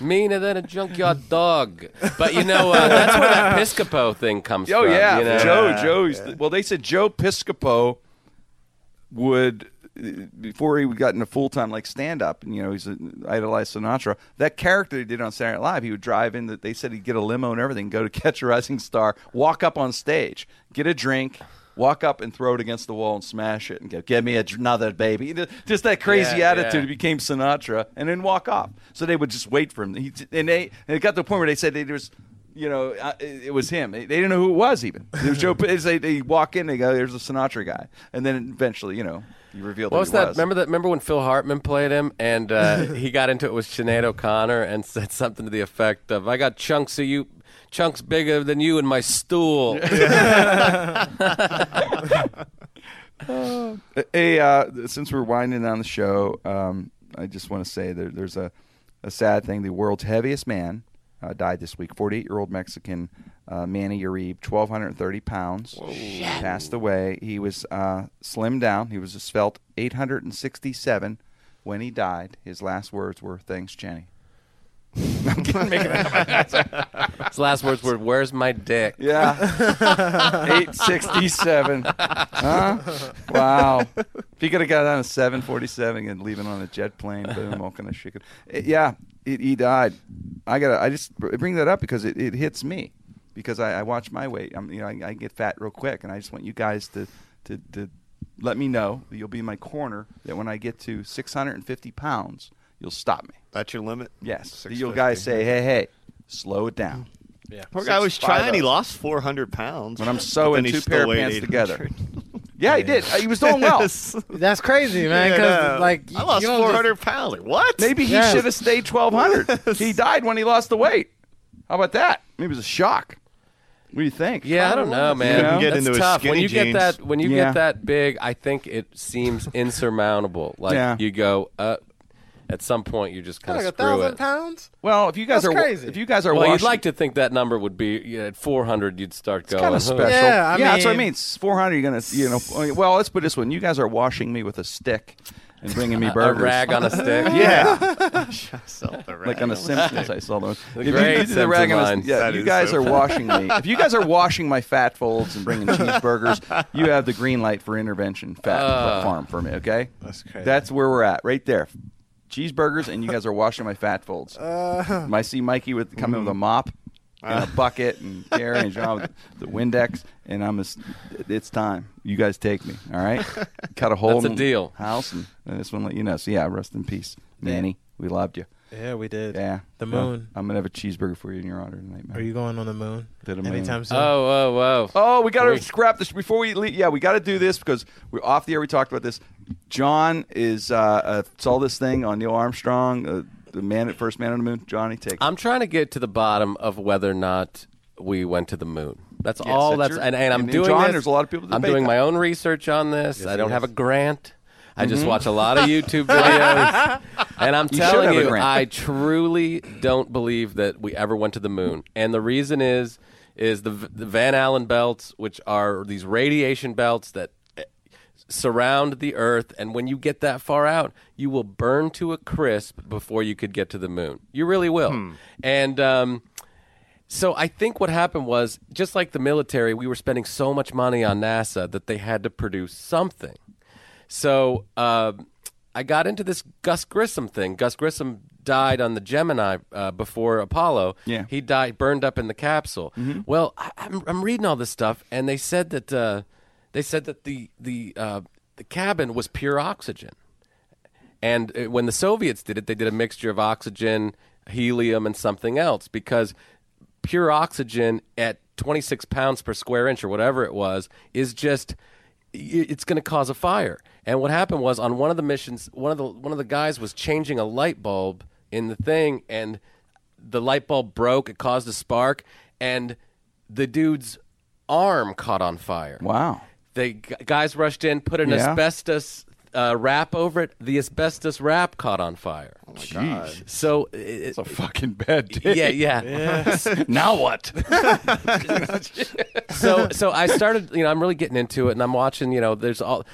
Meaner than a junkyard dog. But you know, uh, that's where that Piscopo thing comes
Oh
from.
yeah,
you know?
Joe. Joe. used to- Well, they said Joe Piscopo would before he got into full time like stand up, and you know he's an idolized Sinatra. That character he did on Saturday Night Live, he would drive in. That they said he'd get a limo and everything, go to Catch a Rising Star, walk up on stage, get a drink. Walk up and throw it against the wall and smash it and go, give me a dr- another baby. You know, Just that crazy
Yeah,
attitude.
yeah.
He became Sinatra and then walk off. So they would just wait for him. He, and they and it got to the point where they said they just, you know, uh, it, it was him. They, they didn't know who it was even. It was Joe. P- they, they walk in, they go, "There's a Sinatra guy," and then eventually, you know, you reveal
What
who
was
it
that?
was.
Remember that? Remember when Phil Hartman played him, and uh, he got into it with Sinead O'Connor and said something to the effect of, "I got chunks of you, chunks bigger than you in my stool."
Hey, uh, since we're winding down the show, um, I just want to say there, there's a, a sad thing. The world's heaviest man, uh, died this week. 48 year old Mexican uh, Manny Uribe, 1,230 pounds, passed away. He was uh, slimmed down. He was a svelte 867 when he died. His last words were, "Thanks, Jenny."
His last words were, "Where's my dick?"
Yeah. 867. Huh? Wow. If he could have got on a 747 and leaving on a jet plane, boom, all kind of shit. Eh, yeah, it, he died. I got. to I just br- bring that up because it, it hits me because I, I watch my weight. I'm, you know, I, I get fat real quick, and I just want you guys to to, to let me know that you'll be in my corner. That when I get to 650 pounds, you'll stop me.
That's your limit.
Yes, that you'll guys say, hey, hey, slow it down.
Poor guy was trying. He
6'5".
lost 400 pounds.
When I'm
But
sewing
then he
two
still
pair of
weighed
pants
800.
together. Yeah, he did. He was doing well.
Yes.
That's crazy, man.
Yeah,
'cause,
no.
like
I lost
you don't just-
400 pounds. Like, what?
Maybe he
Yeah.
should have stayed 1,200. he died when he lost the weight. How about that? Maybe it was a shock. What do you think?
Yeah, I don't know, man.
couldn't get
That's
into his
tough. when
skinny
you
jeans.
get that when you
Yeah.
get that big, I think it seems insurmountable. Like
Yeah.
you go uh, at some point, you just kind
like
of
a
screw
thousand
it.
pounds.
Well, if you guys
That's
are
crazy.
if you guys are
Well,
washing,
you'd like to think that number would be you know, at 400. You'd start going.
kind
"Huh."
of special.
Yeah, I
that's what I
mean-
mean. It's 400. You're gonna, you know. I mean, Well, let's put it this one. You guys are washing me with a stick and bringing me
A
burgers.
rag on a stick.
yeah,
Yourself, all
like
right.
on the Simpsons, I saw those. If you-
great
you do the rag on a-
Simpson
yeah,
lines.
you
That
guys
is so
are
funny.
washing me. If you guys are washing my fat folds and bringing cheeseburgers, you have the green light for intervention fat farm for me. Okay, that's
crazy.
That's where we're at right there. Cheeseburgers and you guys are washing my fat folds.
Uh.
I see Mikey with coming with a mop and a bucket and Gary and John with the Windex, and I'm just, it's time. You guys take me. All right, cut a hole
That's a
in the
deal.
house, and, and this one let you know. So yeah, rest in peace, Manny. We loved you.
Yeah, we did.
Yeah.
The
Well,
moon.
I'm gonna have a cheeseburger for you in your honor tonight, man.
Are you going on the moon
To the moon.
anytime soon?
Oh, oh, oh.
Oh, we gotta
We-
scrap this before we leave. Yeah, we gotta do this because we're off the air. We talked about this. John is uh, uh saw this thing on Neil Armstrong, uh, the man at first man on the moon. Johnny, take. it.
I'm trying to get to the bottom of whether or not we went to the moon. That's all.
that's
That's,
your-
and, and I'm
and then,
doing.
John,
this-
there's a lot of people that
I'm
debate
doing
that.
my own research on this. I don't have a grant. I
Mm-hmm.
just watch a lot of YouTube videos, and I'm
should
telling
have a
you,
grant.
I truly don't believe that we ever went to the moon. And the reason is, is the, v- the Van Allen belts, which are these radiation belts that eh, surround the Earth, and when you get that far out, you will burn to a crisp before you could get to the moon. You really will.
Hmm.
And um, so I think what happened was just like the military, we were spending so much money on NASA that they had to produce something. So uh, I got into this Gus Grissom thing. Gus Grissom died on the Gemini uh, before Apollo.
Yeah.
he died burned up in the capsule. Well, I, I'm, I'm reading all this stuff, and they said that uh, they said that the the uh, the cabin was pure oxygen. And uh, when the Soviets did it, they did a mixture of oxygen, helium, and something else because pure oxygen at 26 pounds per square inch or whatever it was is just i- it's going to cause a fire. And what happened was on one of the missions, one of the one of the guys was changing a light bulb in the thing, and the light bulb broke. It caused a spark, and the dude's arm caught on fire.
Wow.
The gu- guys rushed in, put an
Yeah.
asbestos uh, wrap over it. The asbestos wrap caught on fire.
Jeez.
So, it,
a fucking bad day.
yeah, yeah.
now what?
so, so I started. You know, I'm really getting into it, and I'm watching. You know, there's all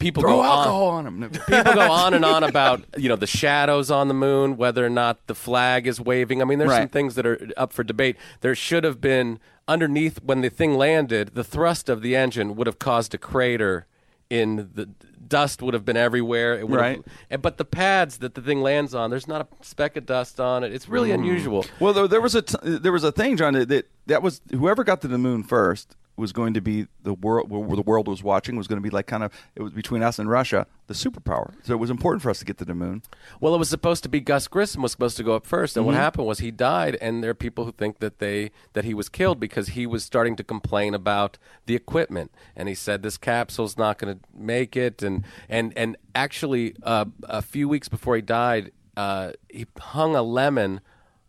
people
Throw
go on.
alcohol on him.
people go on and on about you know the shadows on the moon, whether or not the flag is waving. I mean, there's some
Right.
things that are up for debate. There should have been underneath when the thing landed, the thrust of the engine would have caused a crater in the dust would have been everywhere. It would
Right.
Have, and- but the pads that the thing lands on, there's not a speck of dust on it. It's
Mm.
really unusual.
Well, there, there was a t- there was a thing, John. That, that that was whoever got to the moon first was going to be the world. Where the world was watching was going to be like kind of it was between us and Russia, the superpower. So it was important for us to get to the moon.
Well, it was supposed to be Gus Grissom was supposed to go up first, and
Mm-hmm.
what happened was he died, and there are people who think that they that he was killed because he was starting to complain about the equipment, and he said this capsule's not going to make it, and and and actually, uh, a few weeks before he died, uh, he hung a lemon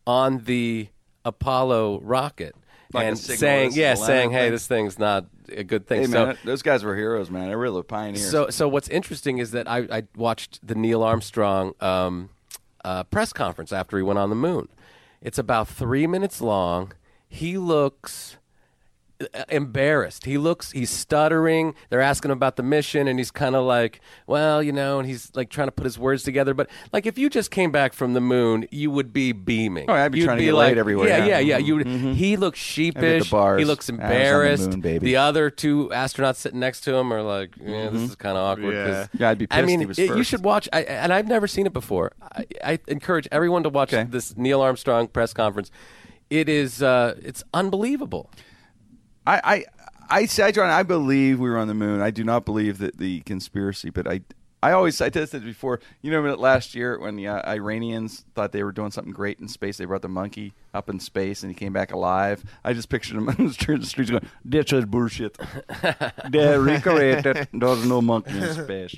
on the Apollo rocket,
Like a
and
signal,
saying
this is
yeah,
a lemon
saying hey,
thing?
this thing's not a good thing.
Hey
so
man, those guys were heroes, man. They were the pioneers.
so, so what's interesting is that I, I watched the Neil Armstrong um, uh, press conference after he went on the moon, It's about three minutes long. He looks uh, embarrassed. He looks, he's stuttering. They're asking him about the mission, and he's kind of like, well, you know, and he's like trying to put his words together. But like, if you just came back from the moon, you would be beaming.
Oh, I'd be
You'd
trying to get
like,
laid everywhere,
Yeah,
yeah. Mm-hmm.
yeah, yeah. You would. He looks sheepish.
bars.
He looks
I was on the
embarrassed.
moon, baby.
other two astronauts sitting next to him are like, yeah, this is kind of awkward. 'cause-
Yeah. Yeah, I'd be
I
pissed
mean,
he was
it- you
first.
should watch. I, and I've never seen it before. I, I encourage everyone to watch
Okay.
this Neil Armstrong press conference. It is. Uh, it's unbelievable.
I, I, I say, I, John, I believe we were on the moon. I do not believe that the conspiracy, but I, I always, I tested before. You know, when- last year when the uh, Iranians thought they were doing something great in space, they brought the monkey up in space and he came back alive. I just pictured him on the street- the streets going, "That's just bullshit. they recreated. There's no monkey in space."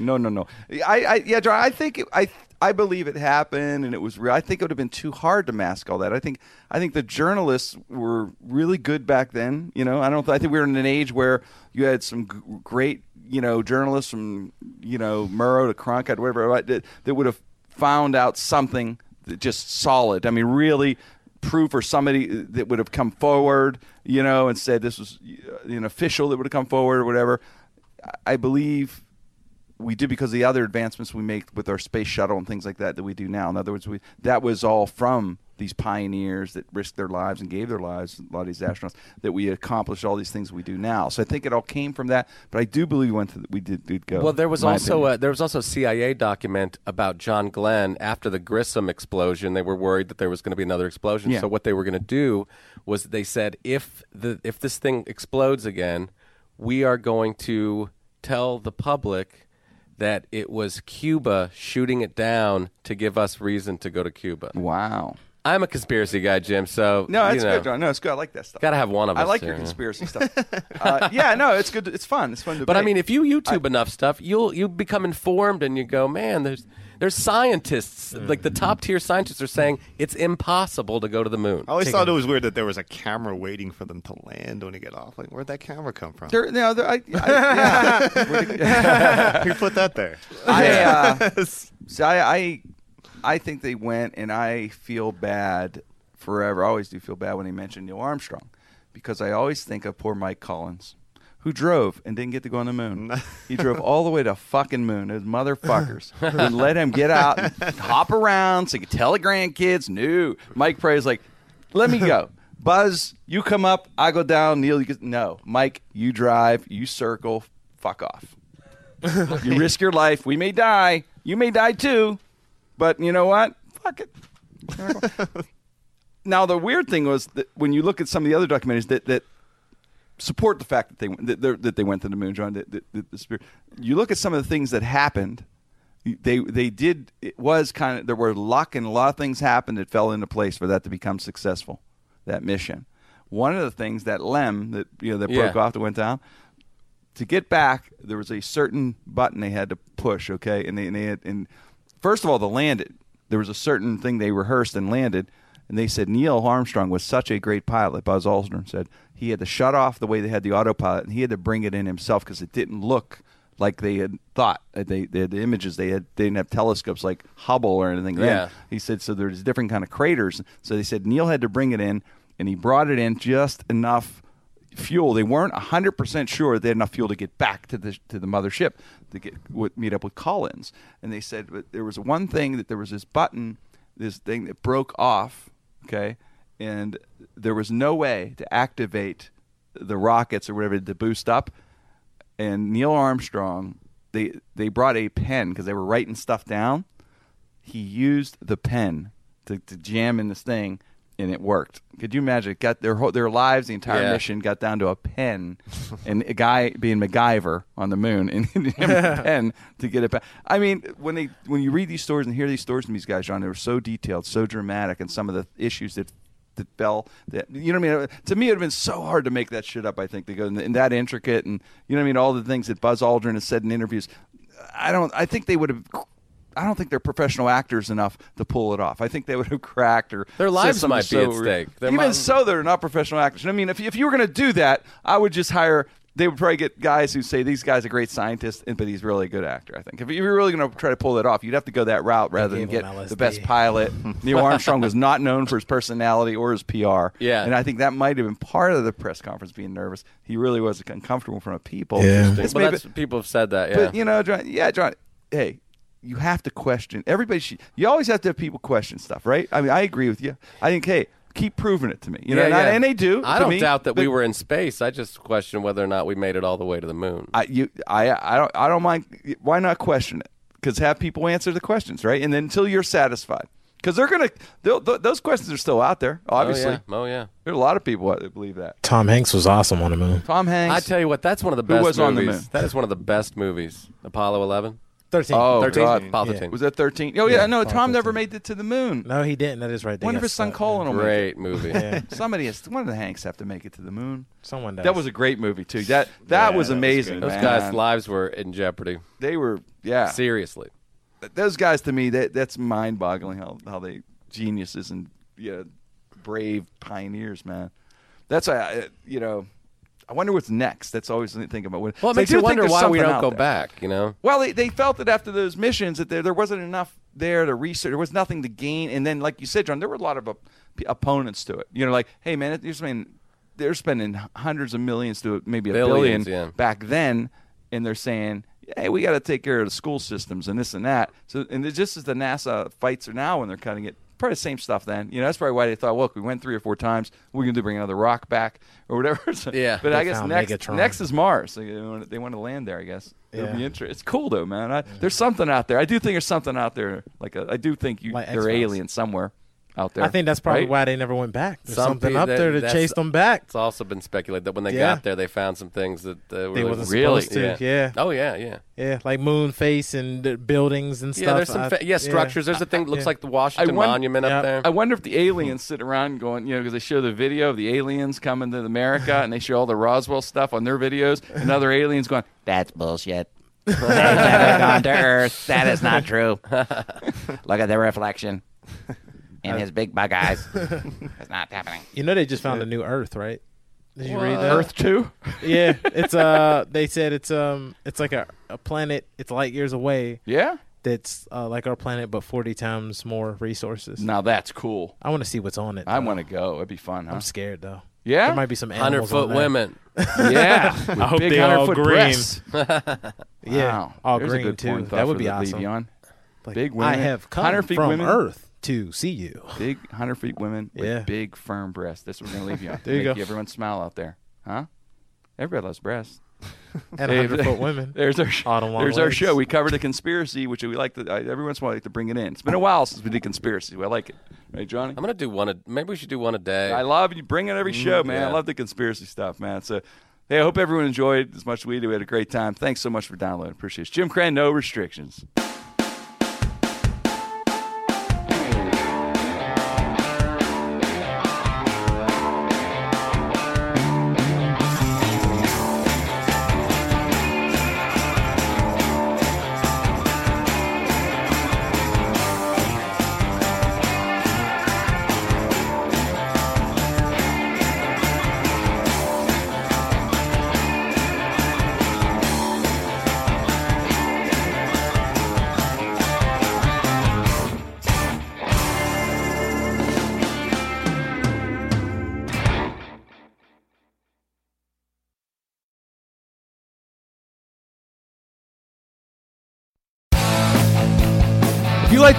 No, no, no. I, I yeah, John, I think it, I I believe it happened and it was real. I think it would have been too hard to mask all that. I think I think the journalists were really good back then. You know, I don't. I think we were in an age where you had some g- great you know journalists from you know Murrow to Cronkite, whatever, right, that, that would have found out something that just solid. I mean, really proof or somebody uh, that would have come forward, you know, and said this was uh, an official that would have come forward or whatever. I- I believe we did because of the other advancements we make with our space shuttle and things like that that we do now. In other words, we that was all from these pioneers that risked their lives and gave their lives. A lot of these astronauts that we accomplished all these things we do now. So I think it all came from that. But I do believe we went to we did, did go.
Well, there was
in my
also
opinion.
a, there was also a CIA document about John Glenn after the Grissom explosion. They were worried that there was going to be another explosion.
Yeah.
So what they were going to do was they said if the if this thing explodes again, we are going to tell the public that it was Cuba shooting it down to give us reason to go to Cuba.
wow.
I'm a conspiracy guy, Jim. So
No, that's
you know,
good, John. No, it's good. I like that stuff.
Gotta have one of
I
us
like
here,
your
yeah.
conspiracy stuff. Uh, yeah, no, it's good. It's fun. It's fun to.
But I mean, if you YouTube enough stuff, you'll you become informed, and you go, man, there's there's scientists
Mm.
like the top tier scientists are saying it's impossible to go to the moon.
Oh,
I always thought it was weird that there was a camera waiting for them to land when he got off. Like, where'd that camera come from?
there, no, there, I, I, yeah.
Who put that there?
I, uh, see, I, I, I think they went, and I feel bad forever. I always do feel bad when they mention Neil Armstrong because I always think of poor Mike Collins. Who drove and didn't get to go on the moon? he drove all the way to fucking moon. Those motherfuckers would let him get out, and hop around, so he could tell the grandkids. No, Mike Prey's like, let me go. Buzz, you come up, I go down. Neil, you go. no, Mike, you drive, you circle, fuck off you risk your life. We may die. You may die too. But you know what? Fuck it. now the weird thing was that when you look at some of the other documentaries that that support the fact that they went- that, they're- that they went to the moon, John. That, that, that the spirit. You look at some of the things that happened. They they did. It was kind of there were luck and a lot of things happened that fell into place for that to become successful. That mission. One of the things that Lem that you know that
Yeah.
broke off that went down to get back, there was a certain button they had to push. Okay, and they, and they had, and first of all, the landed. There was a certain thing they rehearsed and landed, and they said Neil Armstrong was such a great pilot. Buzz Aldrin said he had to shut off the way they had the autopilot, and he had to bring it in himself because it didn't look like they had thought. Uh, They, they had the images they had they didn't have telescopes like Hubble or anything. then.
Yeah.
He said so there's different kind of craters. So they said Neil had to bring it in, and he brought it in just enough fuel. They weren't 100% sure they had enough fuel to get back to the to the mothership to get w- meet up with Collins. And they said but there was one thing that there was this button, this thing that broke off, okay? And there was no way to activate the rockets or whatever to boost up and Neil Armstrong, they they brought a pen because they were writing stuff down. He used the pen to, to jam in this thing, and it worked. Could you imagine? It got their whole, their lives, the entire
Yeah.
mission got down to a pen, and a guy being MacGyver on the moon and him a pen to get it back. I mean, when they when you read these stories and hear these stories from these guys, John, they were so detailed, so dramatic, and some of the issues that that fell that you know what I mean to me it would have been so hard to make that shit up I think to go and, and that intricate and you know what I mean all the things that Buzz Aldrin has said in interviews I don't I think they would have I don't think they're professional actors enough to pull it off I think they would have cracked or
Their
said
lives
something
might be
so
at
re-
stake. Their
even
mi-
so they're not professional actors I mean if, if you were going to do that I would just hire they would probably get guys who say these guy's a great scientist, and but he's really a good actor. I think if you're really going to try to pull that off, you'd have to go that route rather than
gave
get
him
the
LSD.
best pilot. Neil Armstrong was not known for his personality or his PR.
Yeah.
and I think that might have been part of the press conference being nervous. He really was uncomfortable in front of people. It's
Well,
maybe-
that's, people have said that. Yeah.
but you know, John, yeah, John. Hey, you have to question everybody. Should, you always have to have people question stuff, right? I mean, I agree with you. I think, hey, keep proving it to me. You know,
Yeah,
and, I-
yeah.
and they do.
I
to
don't
me,
doubt that
but
we were in space. I just question whether or not we made it all the way to the moon.
I, you, I, I don't, I don't mind. Why not question it? Because have people answer the questions, right? And then until you're satisfied, because they're gonna, they'll, th- those questions are still out there. Obviously,
Oh yeah. Oh, yeah.
there are a lot of people that believe that.
Tom Hanks was awesome on the moon.
Tom
I
Hanks.
tell you what, that's one of the best
was
movies.
on the moon?
That is one of the best movies. Apollo 11.
Thirteen.
Oh,
13?
God.
Apollo
Yeah.
13.
was that thirteen? Oh yeah,
Yeah,
no.
Apollo
Tom never
13.
made it to the moon.
No, he didn't. That is right. They
One of
got
his son
stuck.
Colin will make it.
Great movie.
Somebody has. One of the Hanks have to make it to the moon.
Someone does.
That was a great movie too. That that was
that was
amazing.
good.
Those
man.
guys' lives were in jeopardy.
they were yeah.
Seriously.
Those guys to me, that that's mind boggling how how they geniuses and you know, brave pioneers, man. That's why I, you know. I wonder what's next. That's always the thing about. Well,
Well, it makes you wonder why we don't go back, you know?
Well, they, they felt that after those missions that there, there wasn't enough there to research. There was nothing to gain. And then, like you said, John, there were a lot of op- opponents to it. You know, like, hey, man, it- you're spending, they're spending hundreds of millions to maybe a
Billions,
billion
yeah.
back then, and they're saying, hey, we got to take care of the school systems and this and that. So, and it just as the NASA fights are now when they're cutting it. Probably the same stuff then. You know, that's probably why they thought, look, we went three or four times. We can do bring another rock back or whatever. So-
Yeah.
But I
They
guess
found
next,
Megatron.
next is Mars. They want, they want to land there, I guess. It'll
Yeah.
be interesting. It's cool though, man. I, There's something out there. I do think there's something out there. Like a, I do think you,
Like
they're
X-Files.
aliens somewhere out there.
I think that's probably
right?
why they never went back. There's
Some
something
people-
up
that-
there to
that's-
chase them back.
It's also been speculated that when they
Yeah.
got there, they found some things that uh, were
They wasn't
really,
supposed to, yeah.
Oh yeah, yeah,
Yeah, like moon face and the buildings and stuff. uh,
yeah. There's some
I-
fa- yeah structures. There's a thing that looks
yeah.
like the Washington
won-
Monument up
Yeah.
there.
I wonder if the
Mm-hmm.
aliens sit around going, you know, because they show the video of the aliens coming to America and they show all the Roswell stuff on their videos, and other aliens going,
That's bullshit. They've never gone to Earth. That is not true. Look at the reflection in his big bug eyes. It's not happening.
You know, they just found a new Earth, right? Did you read that?
Earth two.
yeah, it's uh, they said it's um, it's like a, a planet. It's light years away.
Yeah.
That's uh, like our planet, but forty times more resources.
Now that's cool.
I want to see what's on it.
I
though.
want to go. It'd be fun, huh?
Oh. I'm scared though.
Yeah?
there might be some
Hundred
animals
foot
on there.
women.
yeah. I
hope they all green.
Yeah.
all
There's a
green,
good
too.
point and thought
That would
for
be
the
awesome.
Levion.
Like,
Big
I
women.
have come
100 feet
from
women.
Earth to see you.
Big 100 feet women with
Yeah.
big, firm breasts. That's what we're going to leave you on.
There you
Make
go.
everyone smile out there. Huh? Everybody loves breasts.
And
Hey,
hundred foot women.
There's our, sh-
Autumn long
there's our
legs.
show. We covered a conspiracy, which we like to, I, every once in a while, I like to bring it in. It's been a while since we did conspiracy. I like it. Right, Johnny?
I'm gonna do one. A, maybe we should do one a day.
I love you. Bring it every
Mm,
show, man. I
yeah.
love the conspiracy stuff, man. So, hey, I hope everyone enjoyed as much as we did. We had a great time. Thanks so much for downloading. Appreciate it. Jim Cran, no restrictions.
If you like